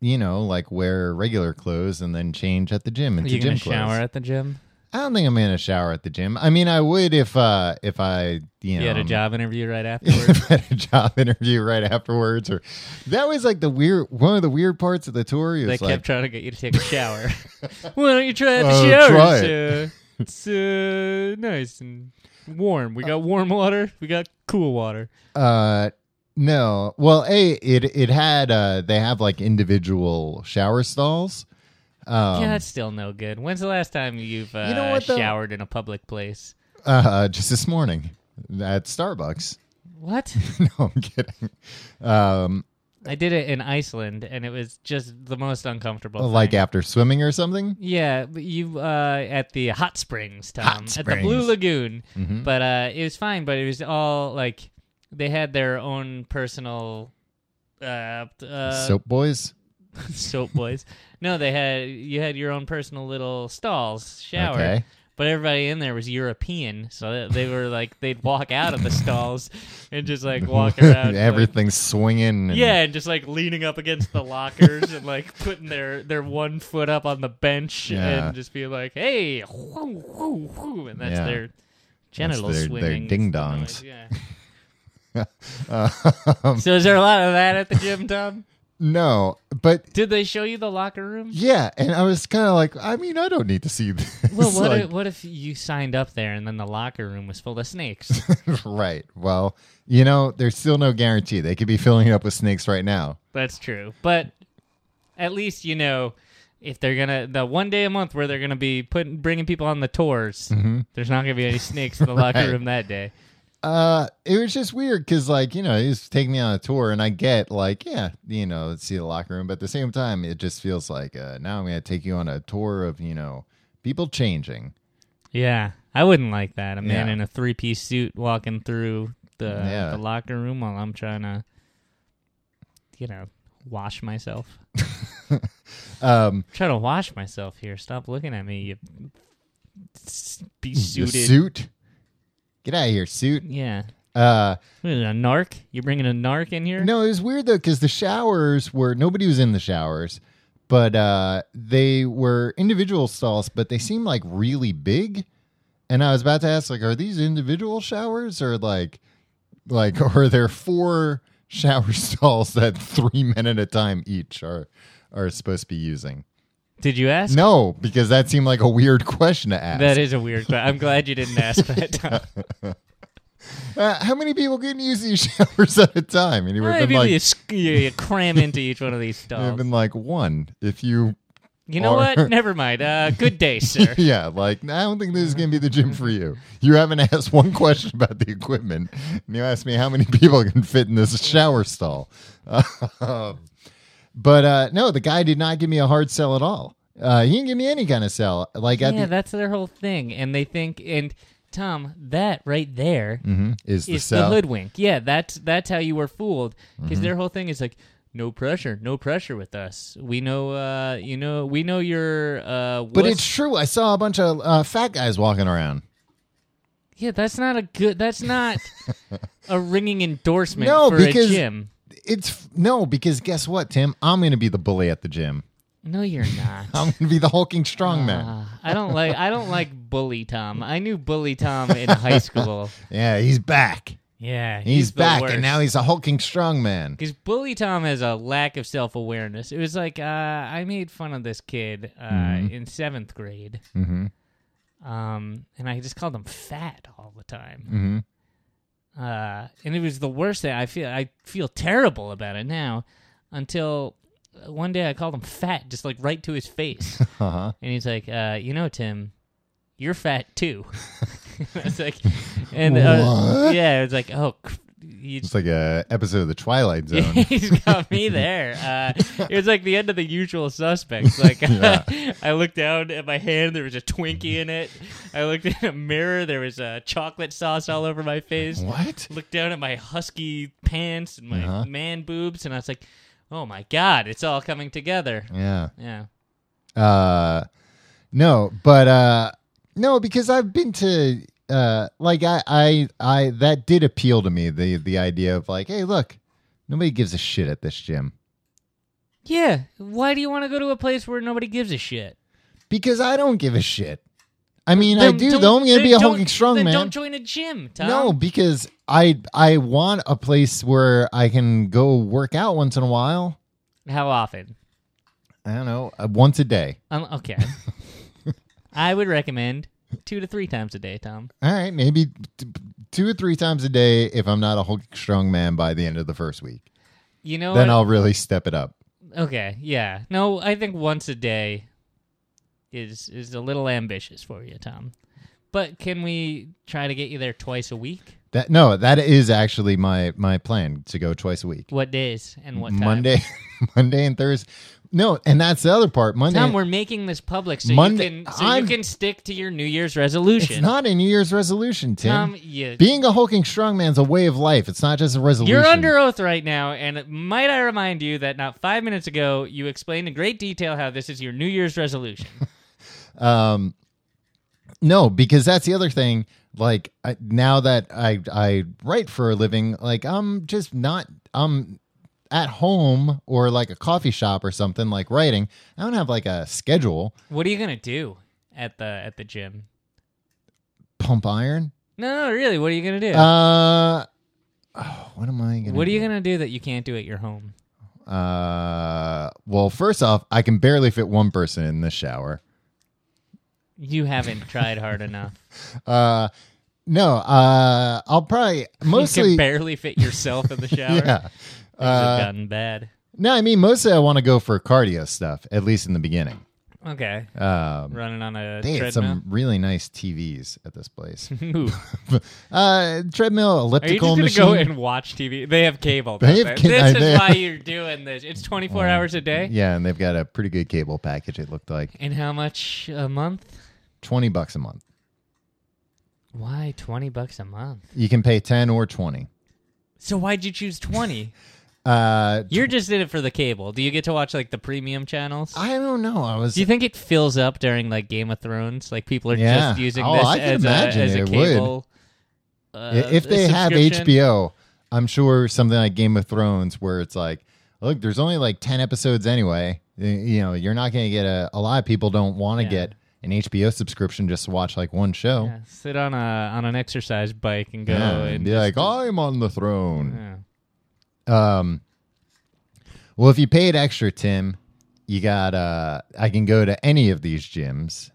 A: you know like wear regular clothes and then change at the gym
B: Are
A: into
B: you
A: gym
B: gonna
A: clothes
B: shower at the gym?
A: i don't think i'm gonna shower at the gym i mean i would if uh if i you know
B: You had a
A: um,
B: job interview right afterwards.
A: had a job interview right afterwards or that was like the weird one of the weird parts of the tour it
B: They
A: was
B: kept
A: like
B: trying to get you to take a shower. Why don't you try out the
A: Oh,
B: shower?
A: try
B: It's, uh, it's uh, nice and warm. We got warm water. We got cool water.
A: uh no well a it it had uh they have like individual shower stalls um
B: yeah, that's still no good. When's the last time you've uh,
A: You know what, though?
B: showered in a public place?
A: uh just this morning at starbucks
B: What?
A: no, I'm kidding. Um,
B: I did it in Iceland, and it was just the most uncomfortable.
A: Oh, like
B: thing.
A: after swimming or something.
B: Yeah, but you uh, at the hot springs, Tom,
A: Hot
B: at the Blue
A: springs. Mm-hmm.
B: Lagoon. But uh, it was fine. But it was all like they had their own personal uh, uh,
A: Soap boys.
B: soap boys. No, they had you had your own personal little stalls, shower.
A: Okay.
B: But everybody in there was European, so that they were like they'd walk out of the stalls and just like walk around. like-
A: Everything's swinging. And
B: yeah, and just like leaning up against the lockers and like putting their their one foot up on the bench
A: Yeah.
B: and just be like, "Hey, whoo, whoo, whoo," and that's
A: Yeah.
B: their genital
A: their- their
B: swinging.
A: ding-dongs.
B: Yeah.
A: Um,
B: so is there a lot of that at the gym, Tom?
A: no, but
B: Did they show you the locker room?
A: yeah, and I was kind of like, I mean, I don't need to see this.
B: Well, what,
A: like,
B: if, what if you signed up there and then the locker room was full of snakes?
A: right. Well, you know, there's still no guarantee. They could be filling it up with snakes right now.
B: That's true. But at least you know if they're gonna the one day a month where they're gonna be putting bringing people on the tours, there's not gonna be any snakes in the
A: Mm-hmm. Right.
B: locker room that day.
A: Uh, it was just weird because, like, you know, he was taking me on a tour, and I get like, yeah, you know, let's see the locker room, but at the same time, it just feels like uh, now I'm gonna take you on a tour of you know people changing.
B: Yeah, I wouldn't like that. A man
A: Yeah.
B: in a three piece suit walking through the,
A: Yeah.
B: the locker room while I'm trying to, you know, wash myself.
A: Um,
B: trying to wash myself here. Stop looking at me. You s- be
A: The
B: suited.
A: suit. Get out of here, suit.
B: Yeah.
A: Uh,
B: What is it, a narc? You bringing a narc in here?
A: no, it was weird though because the showers were nobody was in the showers, but uh, they were individual stalls, but they seemed like really big. And I was about to ask, like, are these individual showers or like, like, or are there four shower stalls that three men at a time each are are supposed to be using?
B: Did you ask?
A: No, because that seemed like a weird question to ask.
B: That is a weird question. I'm glad you didn't ask that. Tom.
A: uh, how many people can use these showers at a time? And you would
B: Well,
A: have
B: if
A: been
B: you,
A: like,
B: you, sc- you- you cram into each one of these
A: It would have
B: stalls.
A: been like one if you
B: You know
A: Or-
B: what? Never mind. Uh, good day, sir.
A: Yeah, like I don't think this is gonna be the gym for you. You haven't asked one question about the equipment, and you asked me how many people can fit in this shower stall. Um, but uh, no, the guy did not give me a hard sell at all. Uh, he didn't give me any kind of sell. Like at
B: yeah,
A: the,
B: that's their whole thing, and they think and Tom, that right there is
A: Mhm, is the
B: the
A: sell?
B: hoodwink. Yeah, that's that's how you were fooled because
A: Mm-hmm.
B: their whole thing is like. No pressure, no pressure with us. We know, uh, you know, we know you're. Uh,
A: but
B: wuss.
A: it's true. I saw a bunch of uh, fat guys walking around.
B: yeah, that's not a good. That's not a ringing endorsement
A: No,
B: for
A: because-
B: a gym.
A: It's no, because guess what, Tim? I'm gonna be the bully at the gym.
B: No, you're not.
A: I'm gonna be the hulking strongman.
B: Uh, I don't like. I don't like bully Tom. I knew bully Tom in high school.
A: yeah, he's back.
B: Yeah,
A: He's,
B: the
A: back,
B: worst.
A: and now he's a hulking strongman.
B: Because Bully Tom has a lack of self awareness. It was like uh, I made fun of this kid uh, in seventh grade,
A: Mm-hmm.
B: um, and I just called him fat all the time.
A: Mm-hmm.
B: Uh, and it was the worst thing. I feel I feel terrible about it now. Until one day I called him fat, just like right to his face,
A: Uh huh.
B: and he's like, uh, "You know, Tim, you're fat too." I was like, and uh,
A: What?
B: yeah, it was like, oh. cr- You
A: It's like a episode of the Twilight
B: Yeah,
A: Zone.
B: he's got me there. Uh, it was like the end of the usual suspects. Like
A: Yeah.
B: I looked down at my hand, there was a Twinkie in it. I looked in a mirror, there was uh, chocolate sauce all over my face.
A: what?
B: Looked down at my husky pants and my
A: Uh-huh.
B: man boobs, and I was like, "Oh my god, it's all coming together."
A: Yeah.
B: Yeah,
A: Uh, no, but uh, no, because I've been to uh, like I, I, I that did appeal to me the the idea of like, hey, look, nobody gives a shit at this gym
B: yeah. Why do you want to go to a place where nobody gives a shit?
A: because I don't give a shit. I mean, I
B: Then
A: do.
B: don't-
A: Though I'm gonna
B: then
A: be a
B: don't-
A: hulking strongman.
B: Then don't join a gym, Tom.
A: No, because I I want a place where I can go work out once in a while.
B: How often?
A: I don't know, uh, once a day.
B: Um, okay. I would recommend two to three times a day, Tom.
A: All right, maybe t- two or three times a day if I'm not a Hulk strong man by the end of the first week.
B: You know
A: Then
B: what?
A: I'll really step it up.
B: Okay, yeah. No, I think once a day is is a little ambitious for you, Tom. But can we try to get you there twice a week?
A: That no, that is actually my my plan to go twice a week.
B: What days and what time?
A: Monday, Monday and Thursday. No, and that's the other part. Monday.
B: Tom, we're making this public so
A: Monday-
B: you can so
A: I'm-
B: you can stick to your New Year's
A: it's
B: resolution.
A: not a New Year's resolution, Tim.
B: Tom, you,
A: Being a hulking strongman's a way of life. It's not just a resolution.
B: You're under oath right now, and might I remind you that not five minutes ago you explained in great detail how this is your New Year's resolution.
A: Um, no, because that's the other thing. Like I, now that I I write for a living, like I'm just not I'm at home or like a coffee shop or something like writing. I don't have like a schedule.
B: What are you gonna do at the at the gym?
A: Pump iron.
B: No, no, really. What are you gonna do?
A: Uh, oh, what am I gonna?
B: what are you gonna do that you can't do at your home?
A: gonna? Uh, well, first off, I can barely fit one person in the shower.
B: You haven't tried hard enough.
A: Uh, no. Uh, I'll probably
B: you
A: mostly
B: can barely fit yourself in the shower.
A: yeah. uh,
B: Things have gotten bad.
A: No, I mean mostly I want to go for cardio stuff, at least in the beginning.
B: Okay,
A: Um,
B: running on a
A: they had
B: treadmill.
A: some really nice TVs at this place.
B: Ooh.
A: uh, treadmill,
B: Are you just
A: elliptical
B: gonna
A: machine.
B: go and watch TV? They have cable.
A: They
B: don't
A: have
B: they?
A: ca-
B: this
A: they-
B: is why you're doing this. It's 24 hours a day.
A: yeah, and they've got a pretty good cable package. It looked like
B: And how much a month?
A: twenty bucks a month.
B: Why 20 bucks a month?
A: You can pay ten or twenty.
B: So why'd you choose 20?
A: Uh,
B: You're just in it for the cable. Do you get to watch like the premium channels?
A: I don't know. I was
B: Do you think it fills up during like Game of Thrones? Like people are
A: Yeah.
B: just using
A: Oh,
B: this
A: I can
B: as,
A: imagine
B: a, as a
A: it would.
B: cable. Uh,
A: if they have
B: subscription?
A: HBO, I'm sure something like Game of Thrones, where it's like, look, there's only like ten episodes anyway. Y- You know, you're not going to get a. A lot of people don't want to
B: Yeah.
A: get an HBO subscription just to watch like one show.
B: Yeah, sit on a on an exercise bike and go
A: Yeah,
B: and
A: and be
B: just-
A: like, I'm on the throne.
B: Yeah.
A: Um, well, if you paid extra, Tim, you got. Uh, I can go to any of these gyms,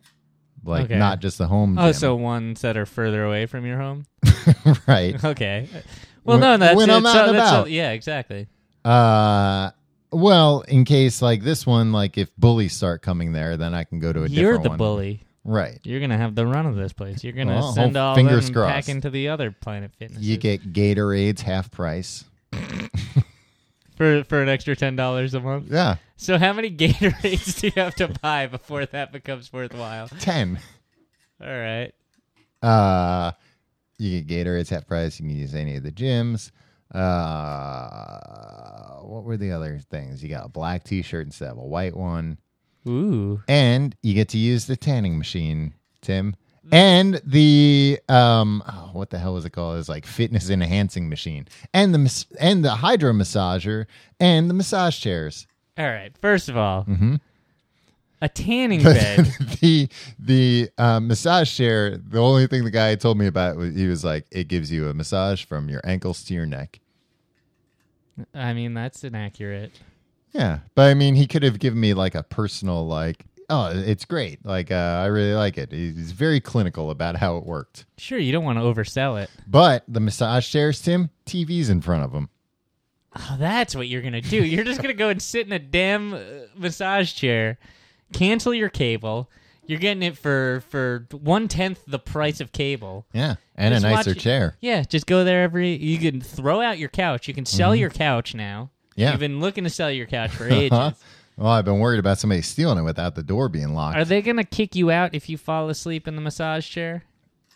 A: like
B: Okay.
A: not just the home.
B: Oh,
A: gym.
B: so ones that are further away from your home.
A: right.
B: Okay. Well,
A: When-
B: no, that's
A: when I'm out
B: it's all-
A: and
B: that's all-
A: about.
B: yeah, exactly.
A: Uh, Well, in case like this one, like if bullies start coming there, then I can go to a
B: You're
A: different
B: the
A: one.
B: bully.
A: Right.
B: You're gonna have the run of this place. You're gonna
A: Well,
B: send
A: hope-
B: all
A: fingers
B: them
A: crossed.
B: back into the other Planet Fitness
A: You get Gatorades half price.
B: for for an extra ten dollars a month.
A: Yeah.
B: So how many Gatorades do you have to buy before that becomes worthwhile?
A: Ten.
B: All right.
A: Uh you get Gatorades half price, you can use any of the gyms. Uh what were the other things? You got a black t shirt instead of a white one.
B: Ooh.
A: And you get to use the tanning machine, Tim. And the um, oh, what the hell was it called? It's like fitness enhancing machine, and the mas- and the hydro massager, and the massage chairs.
B: All right. First of all,
A: Mhm.
B: a tanning bed.
A: the the uh, massage chair. The only thing the guy told me about was he was like, it gives you a massage from your ankles to your neck.
B: I mean, that's inaccurate.
A: Yeah, but I mean, he could have given me like a personal like, oh, it's great. Like uh, I really like it. He's very clinical about how it worked.
B: Sure, you don't want to oversell it.
A: But the massage chairs, Tim, TVs in front of them.
B: Oh, that's what you're gonna do. You're just gonna go and sit in a damn uh, massage chair, cancel your cable. You're getting it for for one tenth the price of cable.
A: Yeah, and
B: Just
A: a nicer
B: watch-
A: chair.
B: Yeah, just go there every. You can throw out your couch. You can sell your couch now.
A: Yeah.
B: you've been looking to sell your couch for ages.
A: Huh? Well, I've been worried about somebody stealing it without the door being locked.
B: Are they gonna kick you out if you fall asleep in the massage chair?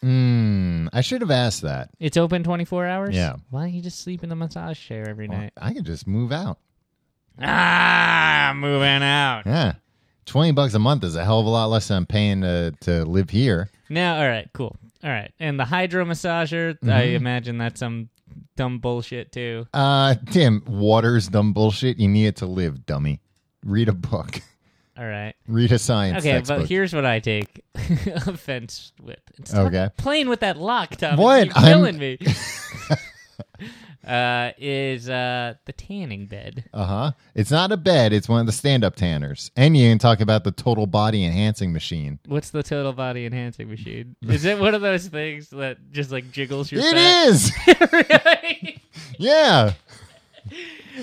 A: Hmm. I should have asked that.
B: It's open 24 hours?
A: Yeah. Oh.
B: Why don't you just sleep in the massage chair every night?
A: I could just move out.
B: Ah, moving out.
A: Yeah, twenty bucks a month is a hell of a lot less than I'm paying to to live here.
B: Now, all right, cool. All right. And the hydro massager, I
A: Mm-hmm.
B: imagine that's some dumb bullshit too.
A: Uh, Tim, water's dumb bullshit. You need it to live, dummy. Read a book.
B: All right.
A: Read a science
B: Okay,
A: textbook.
B: but here's what I take offense with. It's not
A: Okay.
B: playing with that lock, Tom.
A: What?
B: You're
A: I'm-
B: killing me. uh, is uh, the tanning bed.
A: Uh huh. It's not a bed. It's one of the stand up tanners. And you can talk about the total body enhancing machine.
B: What's the total body enhancing machine? Is it one of those things that just like jiggles your
A: It
B: fat?
A: is.
B: really?
A: yeah.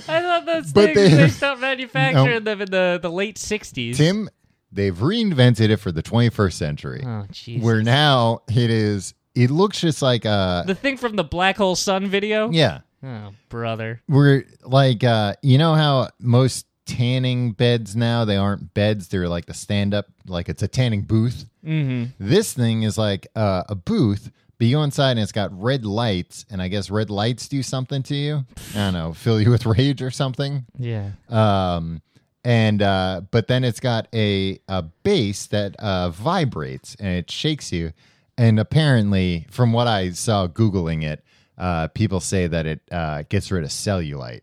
B: I thought those
A: But
B: things
A: they-
B: they, stopped manufacturing them in the, the late sixties.
A: Tim, they've reinvented it for the 21st century.
B: Oh jeez.
A: where now it is, it looks just like a.
B: the thing from the Black Hole Sun video?
A: yeah.
B: Oh, brother.
A: We're like, uh, you know how most tanning beds now, they aren't beds. They're like the stand up, like it's a tanning booth.
B: Mm-hmm.
A: This thing is like uh, a booth, but you go inside and it's got red lights, and I guess red lights do something to you. I don't know, fill you with rage or something.
B: Yeah.
A: Um, and uh, but then it's got a a bass that uh, vibrates and it shakes you. And apparently, from what I saw googling it, uh, people say that it uh, gets rid of cellulite.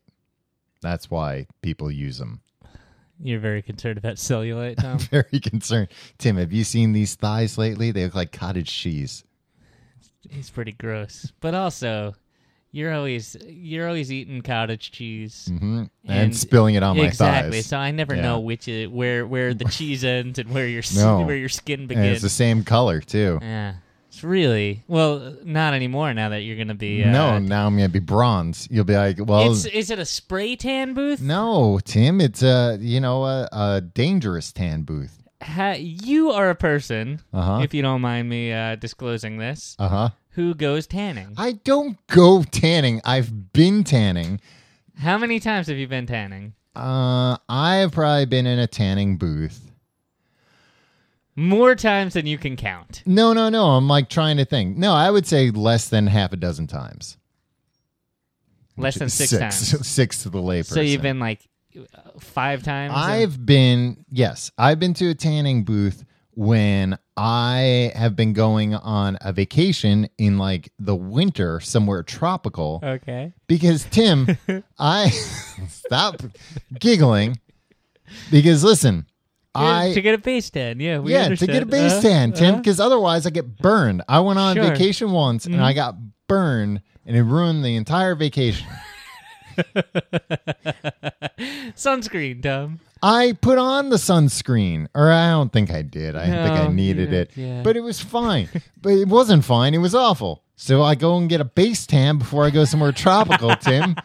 A: That's why people use them.
B: You're very concerned about cellulite, Tom.
A: Very concerned, Tim. Have you seen these thighs lately? They look like cottage cheese.
B: He's pretty gross. But also, you're always you're always eating cottage cheese.
A: hmm And,
B: And-
A: spilling it on my
B: exactly.
A: thighs.
B: So I never
A: Yeah.
B: know which is, where where the cheese ends and where your s-
A: No.
B: where your skin
A: and it's
B: begins.
A: the same color too.
B: yeah. It's really well, not anymore. Now that you're gonna be uh,
A: No, now I'm gonna be bronze. You'll be like, well,
B: It's is it a spray tan booth?
A: No, Tim, it's a you know a, a dangerous tan booth.
B: Ha- you are a person,
A: Uh-huh.
B: if you don't mind me uh, disclosing this,
A: Uh huh.
B: who goes tanning.
A: I don't go tanning. I've been tanning.
B: How many times have you been tanning?
A: Uh, I have probably been in a tanning booth.
B: More times than you can count.
A: No, no, no. I'm like trying to think. No, I would say less than half a dozen times.
B: Less than six, times.
A: Six to the layperson.
B: So you've been like uh, five times. in-
A: I've been yes, I've been to a tanning booth when I have been going on a vacation in like the winter somewhere tropical.
B: okay.
A: because Tim, I stop giggling because listen,
B: to
A: I
B: get a base tan. Yeah, we
A: yeah to
B: understand.
A: get a base
B: Uh,
A: tan, Tim,
B: uh,
A: because otherwise I get burned. I went on
B: Sure. Mm-hmm.
A: vacation once and I got burned, and it ruined the entire vacation.
B: sunscreen, Tom.
A: I put on the sunscreen, or I don't think I did. I think I
B: No,
A: needed
B: you-
A: it,
B: yeah.
A: but it was fine. but it wasn't fine. It was awful. So I go and get a base tan before I go somewhere tropical, Tim.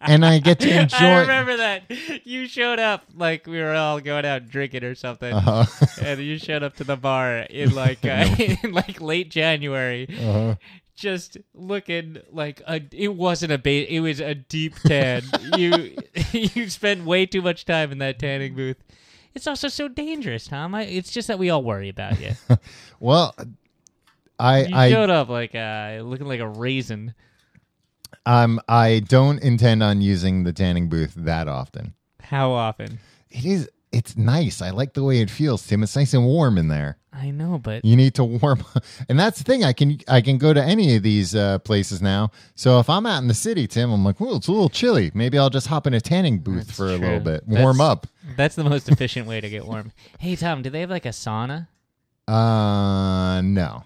A: and I get to enjoy.
B: I remember that you showed up like we were all going out drinking or something,
A: Uh-huh.
B: and you showed up to the bar in like uh, in like late January,
A: Uh-huh.
B: just looking like a. It wasn't a ba- It was a deep tan. you you spent way too much time in that tanning booth. It's also so dangerous, Tom. I, it's just that we all worry about you.
A: Well, I
B: You
A: I
B: showed up like uh, looking like a raisin.
A: um I don't intend on using the tanning booth that often.
B: How often?
A: It is it's nice. I like the way it feels, Tim. It's nice and warm in there.
B: I know, but
A: You need to warm up. And that's the thing. I can I can go to any of these uh, places now. So if I'm out in the city, Tim, I'm like, well, it's a little chilly. Maybe I'll just hop in a tanning booth
B: That's
A: for a
B: true.
A: little bit,
B: That's-
A: warm up.
B: That's the most efficient way to get warm. Hey Tom, do they have like a sauna?
A: Uh, no.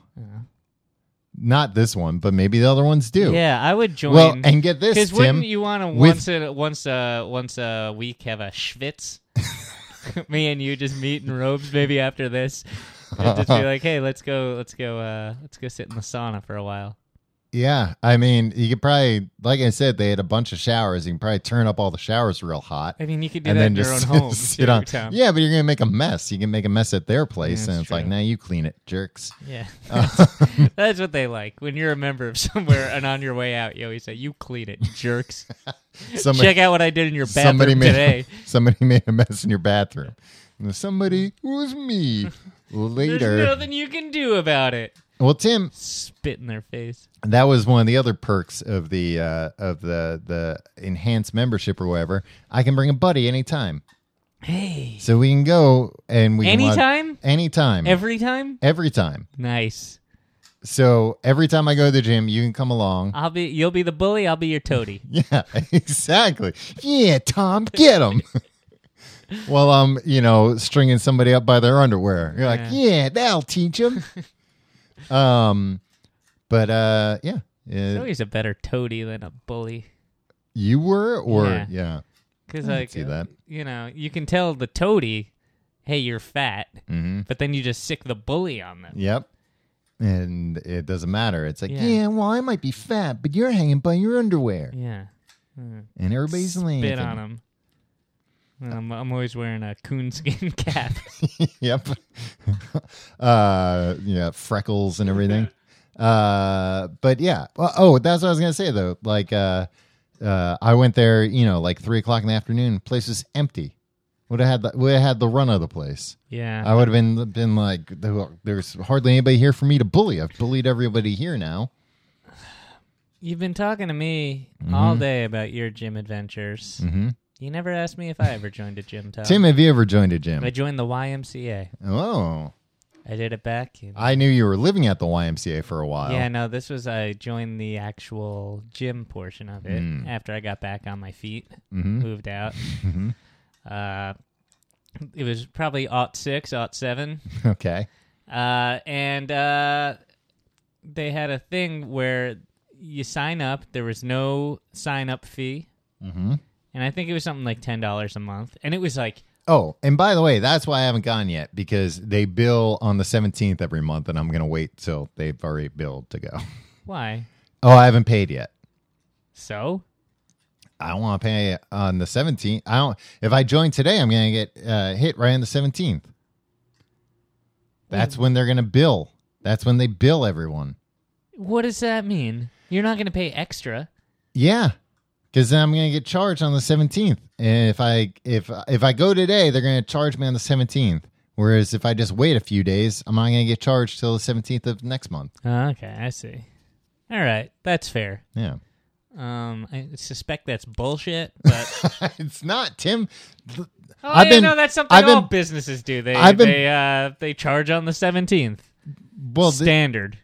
A: Not this one, but maybe the other ones do.
B: Yeah, I would join.
A: Well, and get this,
B: because
A: Tim.
B: wouldn't you want to
A: with-
B: once a once a once a week have a schwitz? Me and you just meet in robes, maybe after this, and just be like, "Hey, let's go, let's go, uh, let's go sit in the sauna for a while."
A: yeah, I mean, you could probably, like I said, they had a bunch of showers. You can probably turn up all the showers real hot.
B: I mean, you could do
A: And
B: that
A: then
B: in your own
A: just
B: home.
A: sit
B: too,
A: on.
B: Tom.
A: Yeah, but you're gonna make a mess. You can make a mess at their place,
B: Yeah,
A: and
B: that's
A: it's like,
B: true.
A: now you clean it, jerks.
B: yeah.
A: Uh,
B: That's what they like when you're a member of somewhere, and on your way out, you always say, "You clean it, jerks."
A: Somebody,
B: Check out what I did in your bathroom
A: somebody made
B: today.
A: somebody made a mess in your bathroom. And Somebody it was me
B: There's
A: later.
B: nothing you can do about it.
A: well, Tim,
B: Spit in their face.
A: that was one of the other perks of the uh, of the the enhanced membership or whatever. I can bring a buddy anytime,
B: Hey.
A: so we can go and we can watch-
B: Anytime?
A: anytime,
B: Every time?
A: every time.
B: Nice.
A: So every time I go to the gym, you can come along.
B: I'll be you'll be the bully, I'll be your toady.
A: Yeah, exactly. Yeah, Tom, get him. Well, I'm, you know, stringing somebody up by their underwear. You're like,
B: Yeah.
A: yeah, that'll teach him. um, but uh, yeah,
B: He's
A: Uh,
B: always a better toady than a bully.
A: you were, or yeah,
B: Yeah. Because
A: I can
B: like
A: see that.
B: you know, you can tell the toady, hey, you're fat,
A: hmm
B: but then you just sick the bully on them.
A: yep. And it doesn't matter. It's like, yeah.
B: Yeah.
A: well, I might be fat, but you're hanging by your underwear,
B: Yeah.
A: and everybody's
B: Spit
A: laughing.
B: on them. I'm, I'm always wearing a coonskin cap.
A: yep. uh, yeah, freckles and everything. Uh, but yeah. Well, oh, that's what I was gonna say though. Like, uh, uh, I went there, you know, like three o'clock in the afternoon. Place was empty. Would have had the, would have had the run of the place.
B: yeah.
A: I would have been been like, there's hardly anybody here for me to bully. I've bullied everybody here now.
B: You've been talking to me
A: Mm-hmm.
B: all day about your gym adventures.
A: hmm
B: You never asked me if I ever joined a gym, Tom.
A: Tim, have you ever joined a gym?
B: I joined the YMCA.
A: oh,
B: I did it back. In,
A: I knew you were living at the YMCA for a while.
B: yeah, no, this was I joined the actual gym portion of it after I got back on my feet, moved out. Mm-hmm. Uh, it was probably aught six, aught seven,
A: Okay.
B: uh, and uh, they had a thing where you sign up. There was no sign up fee, Mm-hmm.
A: hmm
B: and I think it was something like ten dollars a month, and it was like
A: Oh, and by the way, that's why I haven't gone yet because they bill on the 17th every month, and I'm going to wait till they've already billed to go.
B: why
A: Oh, I haven't paid yet.
B: so.
A: I don't want to pay on the 17th. I don't. If I join today, I'm going to get uh, hit right on the 17th. That's when they're going to bill. That's when they bill everyone.
B: What does that mean? You're not going to pay extra.
A: Yeah, because then I'm going to get charged on the 17th. And if I if if I go today, they're going to charge me on the 17th. Whereas if I just wait a few days, I'm not going to get charged till the 17th of next month.
B: Oh, Okay, I see. All right, that's fair.
A: Yeah.
B: Um, I suspect that's bullshit, but
A: it's not Tim. Th-
B: oh,
A: I've
B: I've
A: been-
B: been, no, that's something
A: I've been-
B: all businesses do. They
A: I've been-
B: they uh they charge on the seventeenth.
A: Well, th-
B: Standard.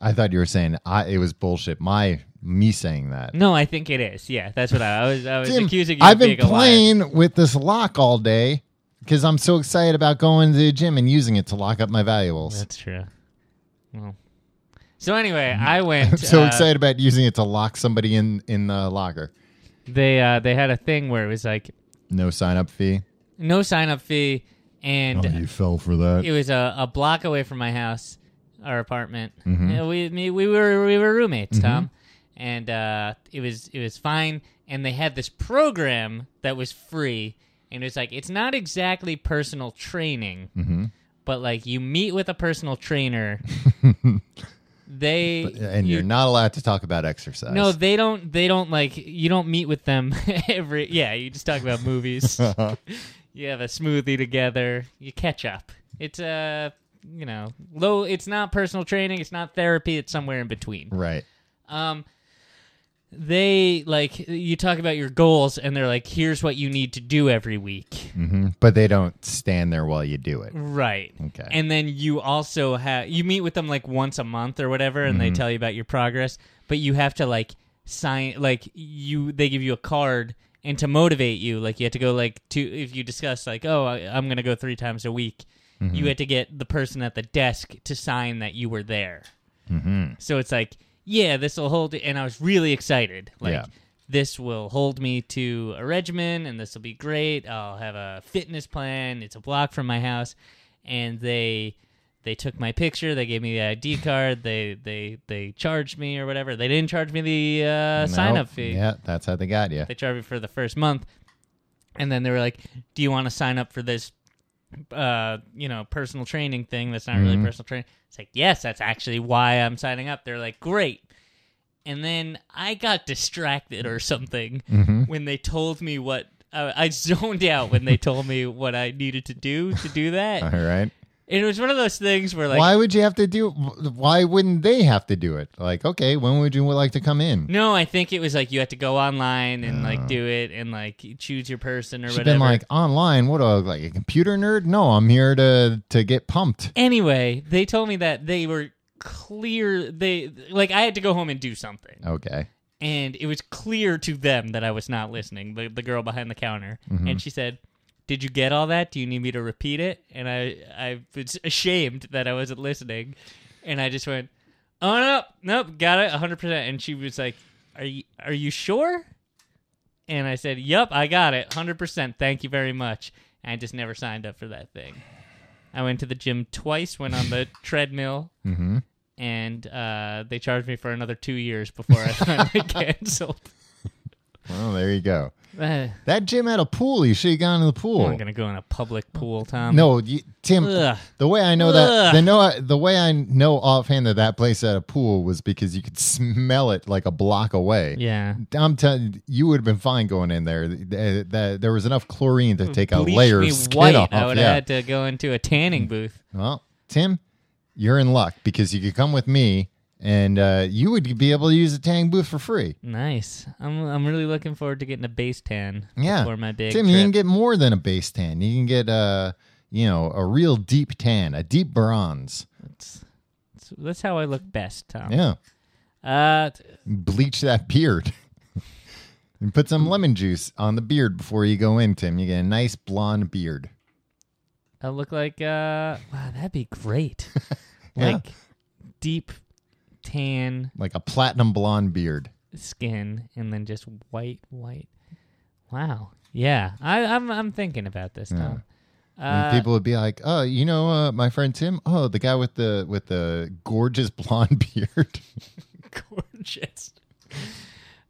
A: I thought you were saying I, it was bullshit. My me saying that.
B: No, I think it is. Yeah, that's what I, I was. I was
A: Tim,
B: accusing you.
A: I've
B: of
A: been
B: being a liar.
A: playing with this lock all day because I'm so excited about going to the gym and using it to lock up my valuables.
B: That's true. Well, so anyway, I went.
A: so
B: uh,
A: excited about using it to lock somebody in in the locker.
B: They uh they had a thing where it was like
A: No sign up fee.
B: no sign up fee, and
A: Oh, fell for that.
B: it was a, a block away from my house, our apartment. Yeah, we me, we were we were roommates, Tom, and uh, it was it was fine. And they had this program that was free, and it's like it's not exactly personal training, but like you meet with a personal trainer. they
A: and
B: you
A: you're not allowed to talk about exercise.
B: no, they don't. They don't like. You don't meet with them every. Yeah, you just talk about movies. you have a smoothie together. You catch up. It's uh, you know, low. It's not personal training. It's not therapy. It's somewhere in between.
A: right.
B: Um, they like you talk about your goals, and they're like, "Here's what you need to do every week."
A: hmm But they don't stand there while you do it.
B: Right.
A: Okay.
B: And then you also have you meet with them like once a month or whatever, and they tell you about your progress. But you have to like sign like you they give you a card and to motivate you like you have to go like to if you discuss like oh I, I'm gonna go three times a week. You had to get the person at the desk to sign that you were there. Mm-hmm.
A: Mm.
B: So it's like, yeah, this will hold. And I was really excited. Like,
A: Yeah.
B: this will hold me to a regimen and this will be great. I'll have a fitness plan. It's a block from my house. And they they took my picture, they gave me the ID card, they they they charged me or whatever. They didn't charge me the uh, sign up
A: Nope.
B: fee.
A: Yeah, that's how they got you.
B: They charged me for the first month. And then they were like, "Do you want to sign up for this uh, you know, personal training thing that's not
A: Mm-hmm.
B: really personal training?" It's like, "Yes, that's actually why I'm signing up." They're like, "Great." And then I got distracted or something
A: Mm-hmm.
B: when they told me what uh, I zoned out when they told me what I needed to do to do that.
A: All right.
B: And it was one of those things where like
A: why would you have to do? Why wouldn't they have to do it? Like, okay, when would you like to come in?
B: No, I think it was like you had to go online and like do it and like choose your person or
A: She's
B: whatever.
A: Oh. been like online. What a like a computer nerd? No, I'm here to to get pumped.
B: anyway, they told me that they were clear they like I had to go home and do something.
A: Okay.
B: And it was clear to them that I was not listening, the, the girl behind the counter. And she said, "Did you get all that? Do you need me to repeat it?" And I I was ashamed that I wasn't listening. And I just went, "Oh no, nope, got it 100%." And she was like, "Are you are you sure?" And I said, "Yep, I got it 100%. Thank you very much." And I just never signed up for that thing. I went to the gym twice, went on the treadmill, and uh, they charged me for another two years before I finally canceled.
A: Well, there you go.
B: Uh, I'm
A: That gym had a pool. You should have gone to the pool.
B: not gonna go in a public pool, Tom.
A: No, you, Tim.
B: Ugh.
A: The way I know
B: Ugh.
A: that the know the way I know offhand that that place had a pool was because you could smell it like a block away.
B: Yeah.
A: I'm telling you, you would have been fine going in there. Th- th- th- There was enough chlorine to take a
B: Bleached
A: layer
B: Hmm. me
A: of skin
B: white.
A: off.
B: I would have
A: yeah. Mm.
B: had to go into a tanning booth.
A: Well, Tim, you're in luck because you could come with me, and uh, you would be able to use the tang booth for free.
B: Nice. I'm I'm really looking forward to getting a base tan
A: Yeah,
B: before my big
A: Tim,
B: trip.
A: you can get more than a base tan. You can get uh, you know, a real deep tan, a deep bronze.
B: That's- that's- that's how I look best, Tom.
A: Yeah.
B: Uh, t-
A: bleach that beard and put some lemon juice on the beard before you go in, Tim. You get a nice blonde beard.
B: I look like uh, wow, that'd be great.
A: Yeah.
B: Like deep tan.
A: Like a platinum blonde beard.
B: skin and then just white, white. Wow. Yeah, I, I'm I'm thinking about this, Tom.
A: And
B: Uh,
A: people would be like, "Oh, you know, uh, my friend Tim. Oh, the guy with the with the gorgeous blonde beard."
B: gorgeous.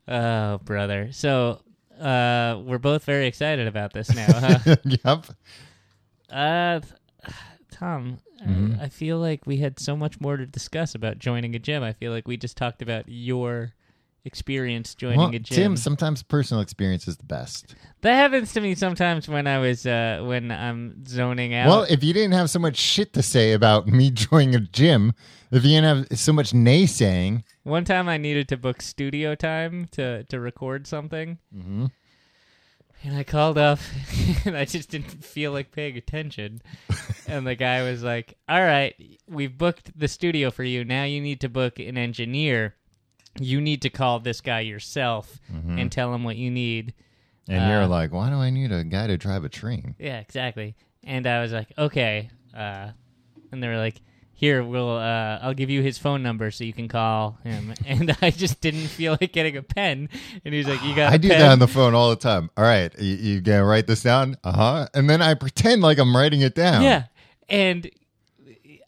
B: Oh, brother. So uh, we're both very excited about this now. Huh?
A: yep.
B: uh, th- Tom, I-
A: Mm-hmm.
B: I, feel like we had so much more to discuss about joining a gym. I feel like we just talked about your experience joining
A: Well,
B: a gym.
A: Tim, sometimes personal experience is the best.
B: that happens to me sometimes when I was uh, when I'm zoning out.
A: Well, if you didn't have so much shit to say about me joining a gym, if you didn't have so much naysaying,
B: One time I needed to book studio time to, to record something. Mm-hmm. And I called up and I just didn't feel like paying attention. and the guy was like, All right, we've booked the studio for you. Now you need to book an engineer. You need to call this guy yourself and tell him what you need.
A: and
B: Uh,
A: you're like, "Why do I need a guy to drive a train?"
B: Yeah, exactly. And I was like, okay. Uh, and they were like, here, we'll, uh, I'll give you his phone number so you can call him. and I just didn't feel like getting a pen. And he was like, you got
A: I
B: a
A: do
B: pen?
A: that on the phone all the time. All right, you, you gonna write this down? Uh huh. And then I pretend like I'm writing it down.
B: Yeah. And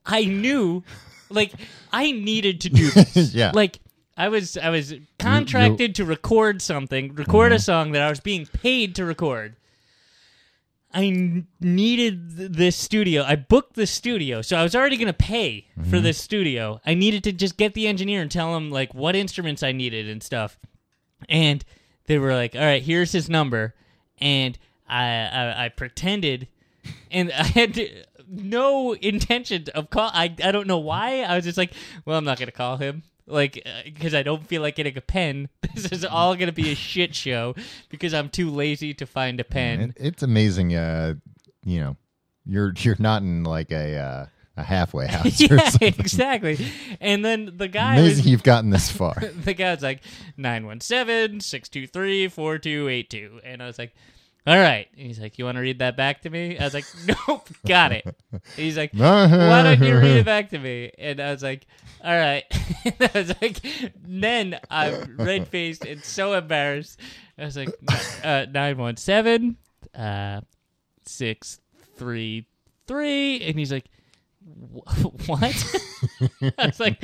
B: I knew, like, I needed to do this.
A: Yeah.
B: Like, I was I was contracted to record something, record a song that I was being paid to record. I n- needed th- this studio. I booked the studio, so I was already going to pay for this studio. I needed to just get the engineer and tell him like what instruments I needed and stuff. And they were like, "All right, here's his number," and I I, I pretended, and I had to, no intention of call. I I don't know why. I was just like, "Well, I'm not going to call him." Like, because I don't feel like getting a pen. This is all going to be a shit show because I'm too lazy to find a pen.
A: It, it's amazing. Uh, you know, you're you're not in like a uh, a halfway house. or
B: yeah,
A: something.
B: exactly. And then the guy
A: Amazing
B: was,
A: you've gotten this far.
B: the guy was like 917-623-4282 and I was like all right. And he's like, "You want to read that back to me?" I was like, "Nope, got it." And he's like, "Why don't you read it back to me?" And I was like, "All right." and I was like, then I'm red faced and so embarrassed. I was like, uh, nine one seven, uh, six three three, and he's like, "Wh- "What?" I was like,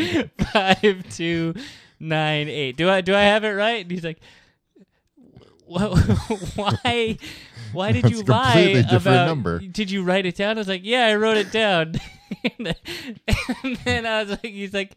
B: five two nine eight. Do I do I have it right? And he's like, "Wh- wh- "Why?" Why did
A: That's
B: you
A: a
B: lie
A: completely different
B: about?
A: number.
B: Did you write it down? I was like, yeah, I wrote it down. and then I was like, he's like,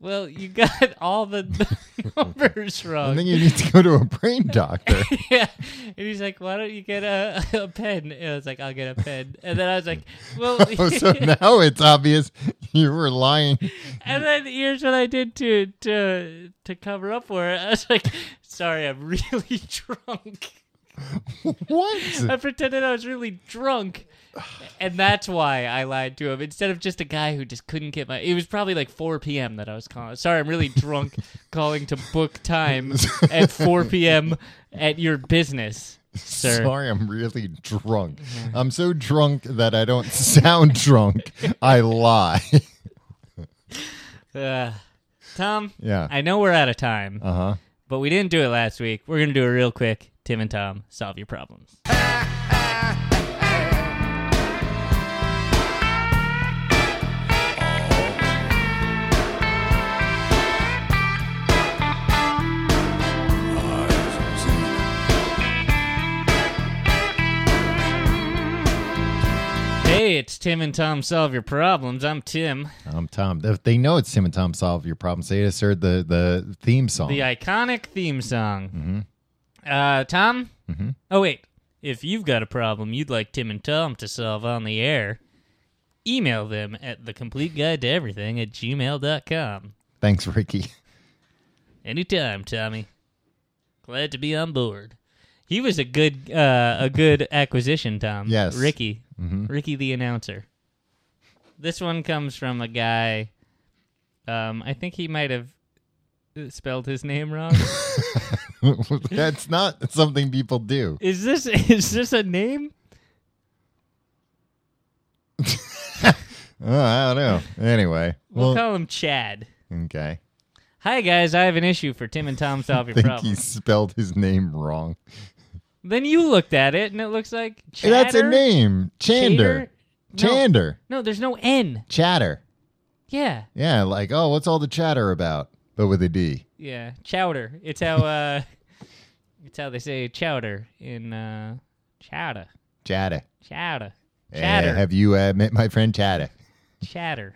B: well, you got all the numbers wrong.
A: And then you need to go to a brain doctor.
B: yeah. And he's like, why don't you get a, a pen? And I was like, I'll get a pen. And then I was like, well,
A: Oh, so now it's obvious you were lying.
B: and then here's what I did to to to cover up for it. I was like, sorry, I'm really drunk. I
A: What?
B: pretended I was really drunk. And that's why I lied to him. Instead of just a guy who just couldn't get my. It was probably like 4 p.m. that I was calling. Sorry, I'm really drunk calling to book time at 4 p.m. at your business, sir. Mm-hmm.
A: Sorry, I'm really drunk. I'm so drunk that I don't sound drunk. I lie.
B: Uh, Tom,
A: Yeah.
B: I know we're out of time,
A: Uh huh.
B: but we didn't do it last week. We're going to do it real quick. Tim and Tom, solve your problems. Hey, it's Tim and Tom Solve Your Problems. I'm Tim,
A: I'm Tom. If they know it's Tim and Tom solve your problems. They just heard the, the theme song.
B: the iconic theme song. Uh, Tom? Mm-hmm. Oh, wait. If you've got a problem you'd like Tim and Tom to solve on the air, email them at thecompleteguidetoeverything at gmail.com.
A: Thanks, Ricky.
B: Anytime, Tommy. Glad to be on board. He was a good uh, a good acquisition, Tom.
A: Yes.
B: Ricky. Ricky the announcer. This one comes from a guy. Um, I think he might have spelled his name wrong.
A: That's not something people do.
B: is this is this a name?
A: Uh, I don't know. Anyway.
B: We'll,
A: Well,
B: call him Chad.
A: okay.
B: Hi guys, I have an issue for Tim and Tom solve your
A: think
B: problem.
A: he spelled his name wrong.
B: Then you looked at it and it looks like
A: Hey,
B: Chatter,
A: That's a name. Chander.
B: Chater? No.
A: Chander.
B: No, there's no N.
A: Chatter.
B: Yeah.
A: Yeah, like, oh, what's all the chatter about? But with a D.
B: Yeah, chowder. It's how uh, it's how they say chowder in uh, chowder,
A: Chatter.
B: chowder,
A: Eh,
B: chatter,
A: have you uh, met my friend Chatter?
B: chatter.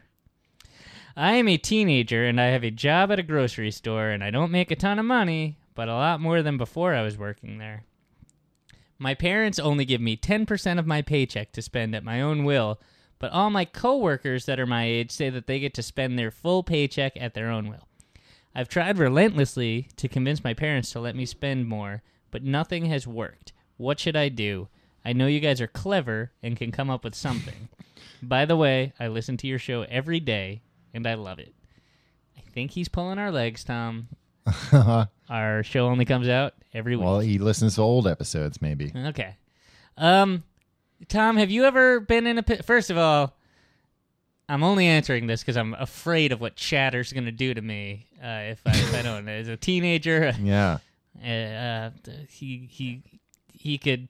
B: I am a teenager and I have a job at a grocery store, and I don't make a ton of money, but a lot more than before I was working there. My parents only give me 10% of my paycheck to spend at my own will, but all my coworkers that are my age say that they get to spend their full paycheck at their own will. I've tried relentlessly to convince my parents to let me spend more, but nothing has worked. What should I do? I know you guys are clever and can come up with something. By the way, I listen to your show every day and I love it. I think he's pulling our legs, Tom. our show only comes out every week.
A: Well, he listens to old episodes, maybe.
B: Okay. Um, Tom, have you ever been in a pit? First of all, I'm only answering this because I'm afraid of what chatter's going to do to me uh, if, I, if I don't. As a teenager,
A: Yeah.
B: uh, uh, he he he could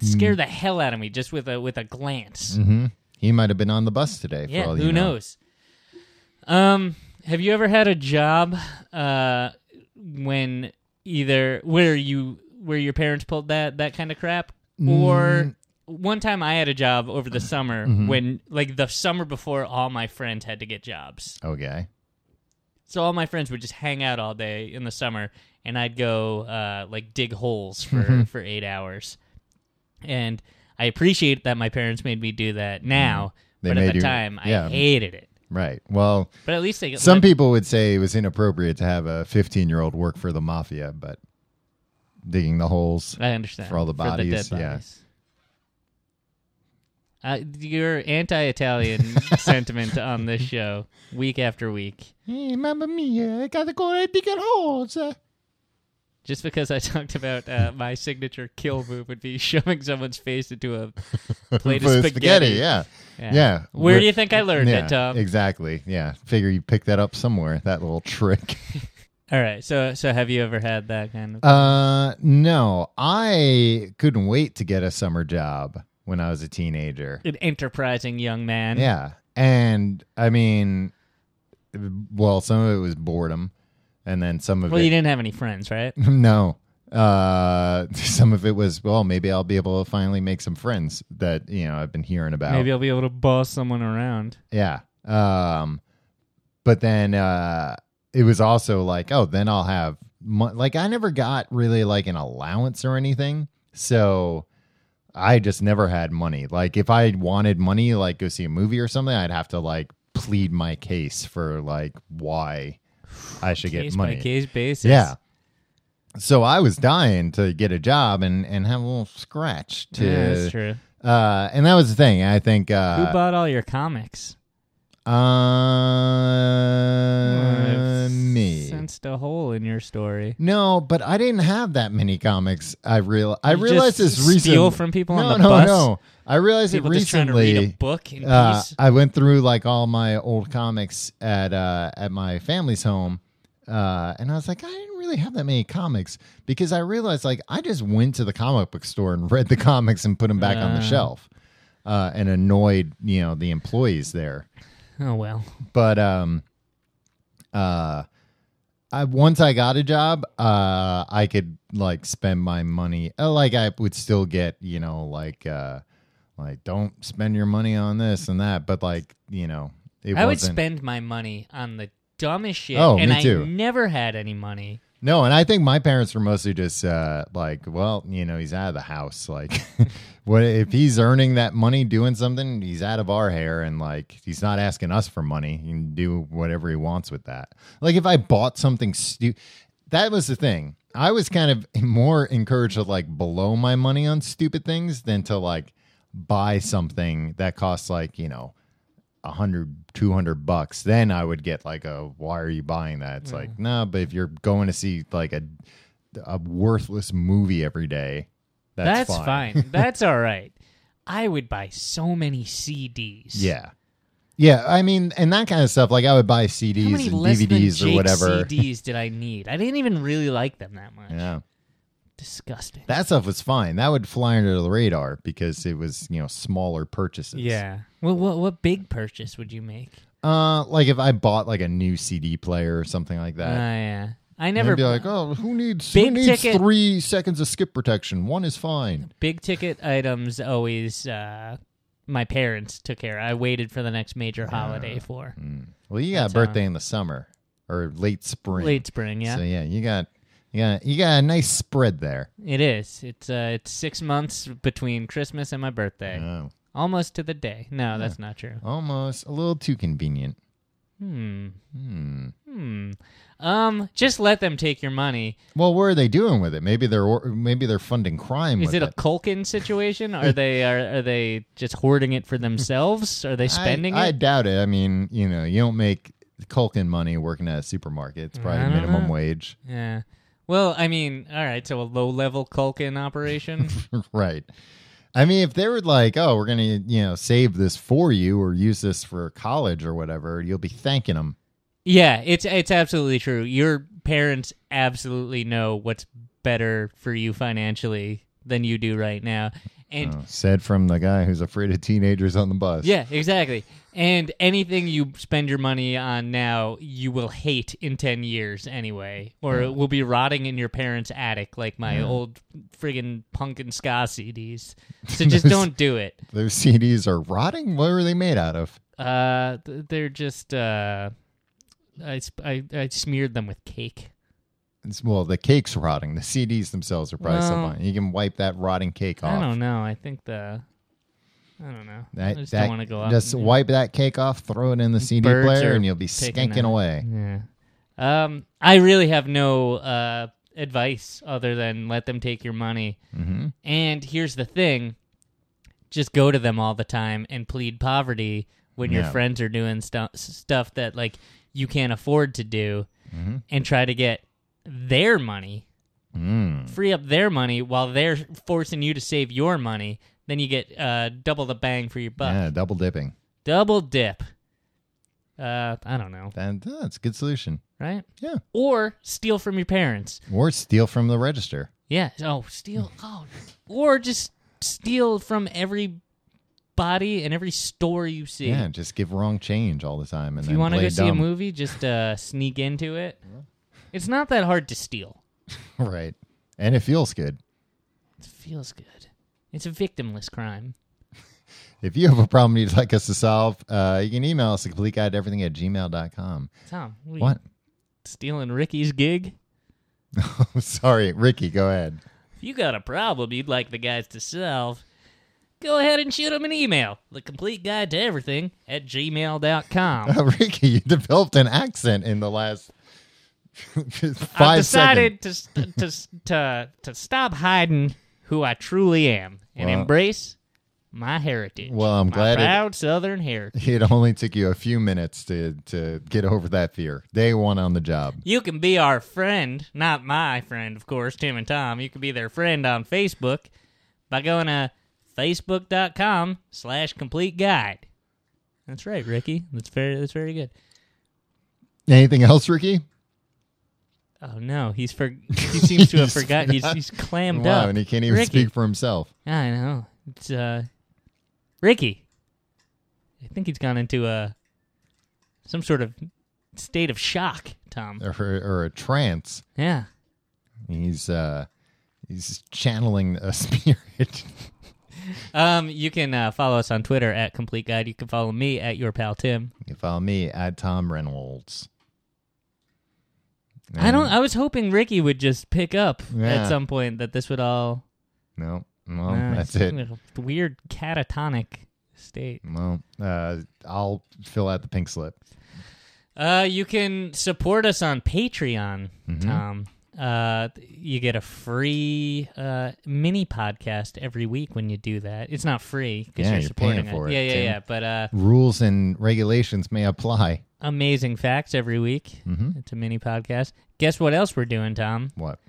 B: scare the hell out of me just with a with a glance.
A: Mm-hmm. hmm He might have been on the bus today. For
B: Yeah,
A: all
B: who
A: you know.
B: knows? Um, Have you ever had a job uh, when either where you where your parents pulled that that kind of crap
A: Mm.
B: or one time I had a job over the summer
A: Mm-hmm.
B: when like the summer before all my friends had to get jobs.
A: Okay.
B: So all my friends would just hang out all day in the summer and I'd go uh, like dig holes
A: Mm-hmm.
B: for for 8 hours. And I appreciate that my parents made me do that now,
A: Mm. They
B: but at
A: made
B: the
A: you-
B: time
A: yeah.
B: I hated it.
A: Right. Well,
B: But at least they
A: some
B: let-
A: people would say it was inappropriate to have a 15 year old work for the mafia, but digging the holes.
B: I understand
A: For all the bodies,
B: dead
A: yeah.
B: bodies. Uh, your anti-Italian sentiment on this show, week after week,
A: Hey, mamma
B: Uh,
A: mia, I gotta go digging holes.
B: just because I talked about uh, my signature kill move would be shoving someonene's face into a plate of spaghetti.
A: yeah.
B: Yeah.
A: Yeah.
B: Where
A: We're-
B: do you think I learned
A: yeah,
B: it, Tom?
A: Exactly. Yeah. Figure you picked that up somewhere, that little trick.
B: All right. So, so have you ever had that kind of?
A: Uh, no, I couldn't wait to get a summer job when I was a teenager.
B: an enterprising young man.
A: Yeah. And I mean, well, some of it was boredom, and then some of
B: Well,
A: it.
B: you didn't have any friends, right?
A: No. Uh, some of it was, well, maybe I'll be able to finally make some friends that, you know, I've been hearing about.
B: Maybe I'll be able to boss someone around.
A: Yeah. Um, but then uh, it was also like, oh, then I'll have mo- like I never got really like an allowance or anything, so I just never had money. Like if I wanted money, like go see a movie or something, I'd have to like plead my case for like why I should
B: Case
A: get money.
B: by case basis.
A: Yeah. So I was dying to get a job and and have a little scratch to.
B: Yeah, that's true.
A: Uh, and that was the thing. I think.
B: Who
A: Uh,
B: bought all your comics?
A: Uh,
B: I've
A: me.
B: sensed a hole in your story.
A: No, but I didn't have that many comics. I real I
B: You
A: realized
B: just
A: this recently.
B: steal from people
A: no,
B: on the
A: no,
B: bus?
A: No, I realized
B: People
A: it
B: just trying to read a
A: recently.
B: book in
A: Uh,
B: peace.
A: I went through like all my old comics at uh, at my family's home, uh, and I was like, I didn't really have that many comics because I realized like I just went to the comic book store and read the comics and put them back on the
B: Ah.
A: shelf, uh, and annoyed you know the employees there
B: Oh well.
A: but um uh I, once I got a job, uh, I could like spend my money. Uh, like I would still get, you know, like, uh, like don't spend your money on this and that. But like, you know, it
B: I would
A: wasn't.
B: spend my money on the dumbest shit,
A: Oh,
B: and
A: me too.
B: I never had any money.
A: no, and I think my parents were mostly just uh, like, well, you know, he's out of the house. Like, what if he's earning that money doing something? He's out of our hair, and like, he's not asking us for money. He can do whatever he wants with that. Like, if I bought something stupid, that was the thing. I was kind of more encouraged to like blow my money on stupid things than to like buy something that costs like you know. 100 200 bucks then i would get like a why are you buying that it's like no but if you're going to see like a a worthless movie every day that's,
B: That's, fine. That's all right. I would buy so many CDs.
A: yeah yeah i mean and that kind of stuff like i would buy cds
B: How
A: and
B: many less than
A: dvds or
B: Jake
A: whatever
B: CDs did I need? I didn't even really like them that much.
A: yeah
B: Disgusting.
A: that stuff was fine that would fly under the radar because it was you know smaller purchases
B: yeah. Well, what what big purchase would you make?
A: uh like if i bought like a new cd player or something like
B: Ah,
A: that
B: yeah. I
A: and
B: never
A: be like, oh, who needs who
B: Big
A: needs
B: ticket-
A: three seconds of skip protection? One is fine.
B: big ticket items always uh, my parents took care of. I waited for the next major
A: Ah,
B: holiday for
A: Well, you got a
B: how-
A: birthday in the summer or late spring.
B: uh, late spring. Yeah,
A: So yeah, you got you got you got a nice spread there.
B: it is. It's uh, it's six months between Christmas and my birthday,
A: Oh,
B: almost to the day. No, that's not true.
A: almost a little too convenient.
B: Hmm. Hmm. Um. Just let them take your money.
A: Well, what are they doing with it? Maybe they're or- maybe they're funding crime.
B: Is
A: with
B: it a Culkin situation? Are they are are they just hoarding it for themselves? Are they spending
A: I, I
B: it?
A: doubt it. I mean, you know, you don't make Culkin money working at a supermarket. It's
B: I
A: probably
B: don't
A: minimum
B: know.
A: wage,
B: yeah. Well, I mean, all right. So a low level Culkin operation.
A: right? I mean, if they were like, "Oh, we're gonna you know save this for you or use this for college or whatever," you'll be thanking them.
B: Yeah, it's it's absolutely true. Your parents absolutely know what's better for you financially than you do right now. and
A: Said from the guy who's afraid of teenagers on the bus.
B: yeah, exactly. And anything you spend your money on now, you will hate in 10 years anyway, or it will be rotting in your parents' attic like my old friggin' punk and ska CDs. So just don't do it.
A: Those CDs are rotting. What were they made out of?
B: Uh, th- they're just, uh, I, sp- I, I smeared them with cake.
A: It's, well, the cake's rotting. The CDs themselves are probably still
B: Well-
A: fine. You can wipe that rotting cake
B: I
A: off.
B: don't know. I think the, I don't know.
A: That,
B: I just
A: that-
B: don't want to go out.
A: Just
B: and-
A: wipe that cake off, throw it in the CD
B: Birds
A: player,
B: are
A: and you'll be
B: picking
A: skanking
B: on it.
A: away.
B: Yeah. Um, I really have no uh, advice other than let them take your money. Mm-hmm. And here's the thing just go to them all the time and plead poverty when your
A: Yeah.
B: friends are doing stu- stuff that like you can't afford to do
A: Mm-hmm.
B: and try to get their money
A: Mm.
B: free up their money while they're forcing you to save your money then you get uh, double the bang for your buck
A: Yeah, double dipping.
B: double dip uh, i don't know
A: That, that's a good solution.
B: right
A: Yeah.
B: or steal from your parents.
A: Or steal from the register.
B: Yeah. Oh, steal.
A: Hmm.
B: Oh, or just steal from every body and every store you see.
A: Yeah, just give wrong change all the time. And
B: if
A: then
B: you want to
A: play
B: go see a
A: dumb.
B: movie, just uh, sneak into it. It's not that hard to steal.
A: right? And it feels good.
B: It feels good. It's a victimless crime.
A: If you have a problem you'd like us to solve, uh, you can email us at complete guide to everything at gmail.com.
B: Tom, what? are you,
A: What?
B: Stealing Ricky's gig?
A: Sorry, Ricky, go ahead.
B: If you got a problem you'd like the guys to solve, go ahead and shoot them an email. The complete guide to everything at gmail.com.
A: Uh, Ricky, you developed an accent in the last
B: I've
A: five seconds.
B: decided to, st- to s- to to stop hiding who I truly am and
A: Well-
B: embrace my heritage.
A: Well, I'm
B: my
A: glad it-
B: proud Southern heritage.
A: It only took you a few minutes to, to get over that fear. Day one on the job.
B: You can be our friend, not my friend, of course, Tim and Tom. You can be their friend on Facebook by going to facebook.com slash complete guide. That's right, Ricky. That's very that's very good.
A: Anything else, Ricky?
B: Oh no, he's for he seems to have
A: He's
B: forgotten. He's he's clammed
A: wow,
B: up.
A: and he can't even
B: Ricky.
A: speak for himself.
B: Yeah, I know. It's uh Ricky. I think he's gone into a some sort of state of shock, Tom.
A: Or, or a trance.
B: Yeah.
A: He's uh he's channeling a spirit.
B: Um you can uh, follow us on Twitter at complete guide. You can follow me at your pal Tim.
A: you can follow me at Tom Reynolds.
B: I don't I was hoping Ricky would just pick up
A: Yeah.
B: at some point that this would all
A: No. Well,
B: Nah,
A: that's
B: it's
A: it.
B: a Weird catatonic state.
A: Well, uh, I'll fill out the pink slip.
B: Uh, you can support us on Patreon,
A: Mm-hmm.
B: Tom. Uh, you get a free uh, mini podcast every week when you do that. It's not free because
A: Yeah,
B: you're,
A: you're
B: supporting
A: paying for it,
B: Yeah, yeah,
A: Tim.
B: yeah. But uh,
A: Rules and regulations may apply.
B: amazing facts every week.
A: Mm-hmm.
B: It's a mini podcast. Guess what else we're doing, Tom?
A: What?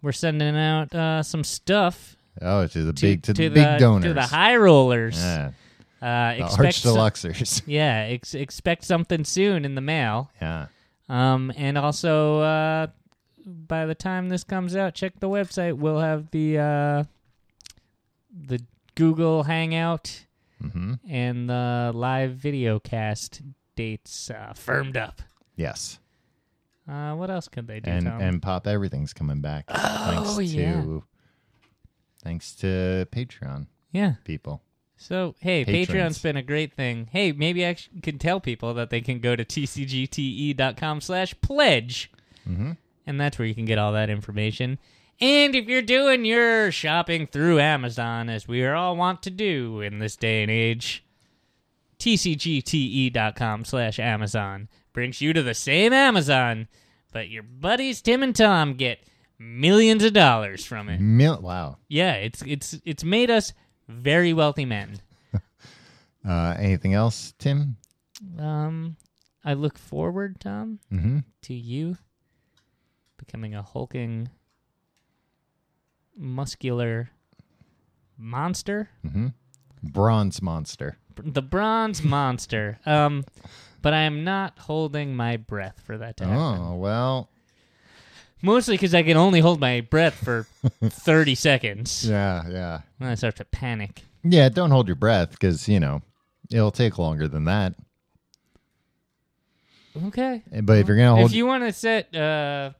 B: We're sending out uh, some stuff
A: Oh, to the
B: to,
A: big to, the,
B: the,
A: big donors.
B: to the high rollers.
A: Yeah,
B: Uh,
A: the
B: expect
A: arch
B: some-
A: deluxers.
B: yeah, ex- expect something soon in the mail.
A: yeah.
B: Um, and also, uh, by the time this comes out, check the website. We'll have the uh, the Google Hangout
A: Mm-hmm.
B: and the live video cast dates uh, firmed up.
A: Yes.
B: Uh, what else could they do?
A: And
B: Tom?
A: and pop everything's coming back. Oh, thanks
B: yeah.
A: to thanks to Patreon
B: yeah.
A: people.
B: So hey,
A: Patrons.
B: Patreon's been a great thing. Hey, maybe I sh- could tell people that they can go to tcgte.com slash pledge, and that's where you can get all that information. And if you're doing your shopping through Amazon, as we all want to do in this day and age, tcgte.com slash Amazon brings you to the same Amazon, but your buddies Tim and Tom get millions of dollars from it.
A: Mil- wow.
B: Yeah, it's it's it's made us very wealthy men.
A: Uh, anything else, Tim?
B: Um, I look forward, Tom,
A: Mm-hmm.
B: to you becoming a hulking, muscular monster,
A: Bronze monster.
B: the bronze monster. Um, but I am not holding my breath for that to happen.
A: Oh well.
B: Mostly because I can only hold my breath for 30 seconds.
A: Yeah, yeah.
B: Then I start to panic.
A: Yeah, don't hold your breath because, you know, it'll take longer than that.
B: Okay.
A: But if you're going to hold.
B: if you want to set uh,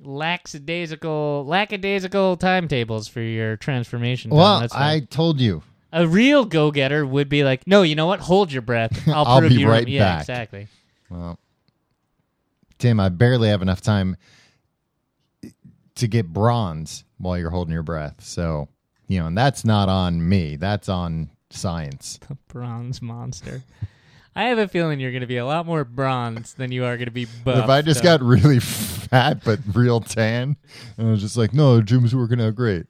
B: lackadaisical, lackadaisical timetables for your transformation, Tom,
A: well,
B: that's fine.
A: I told you.
B: a real go-getter would be like, no, you know what? Hold your breath. I'll,
A: I'll
B: prove
A: be
B: you
A: right
B: wrong." Yeah,
A: back.
B: exactly.
A: Well, Tim, I barely have enough time to get bronze while you're holding your breath. So, you know, and that's not on me. That's on science.
B: The bronze monster. I have a feeling you're going to be a lot more bronze than you are going to be buff.
A: if I just
B: Tom.
A: got really fat but real tan, and I was just like, no, the gym's working out great.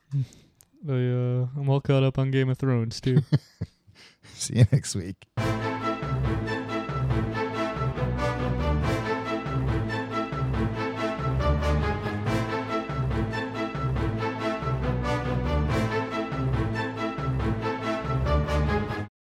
B: I, uh, I'm all caught up on Game of Thrones too.
A: See you next week.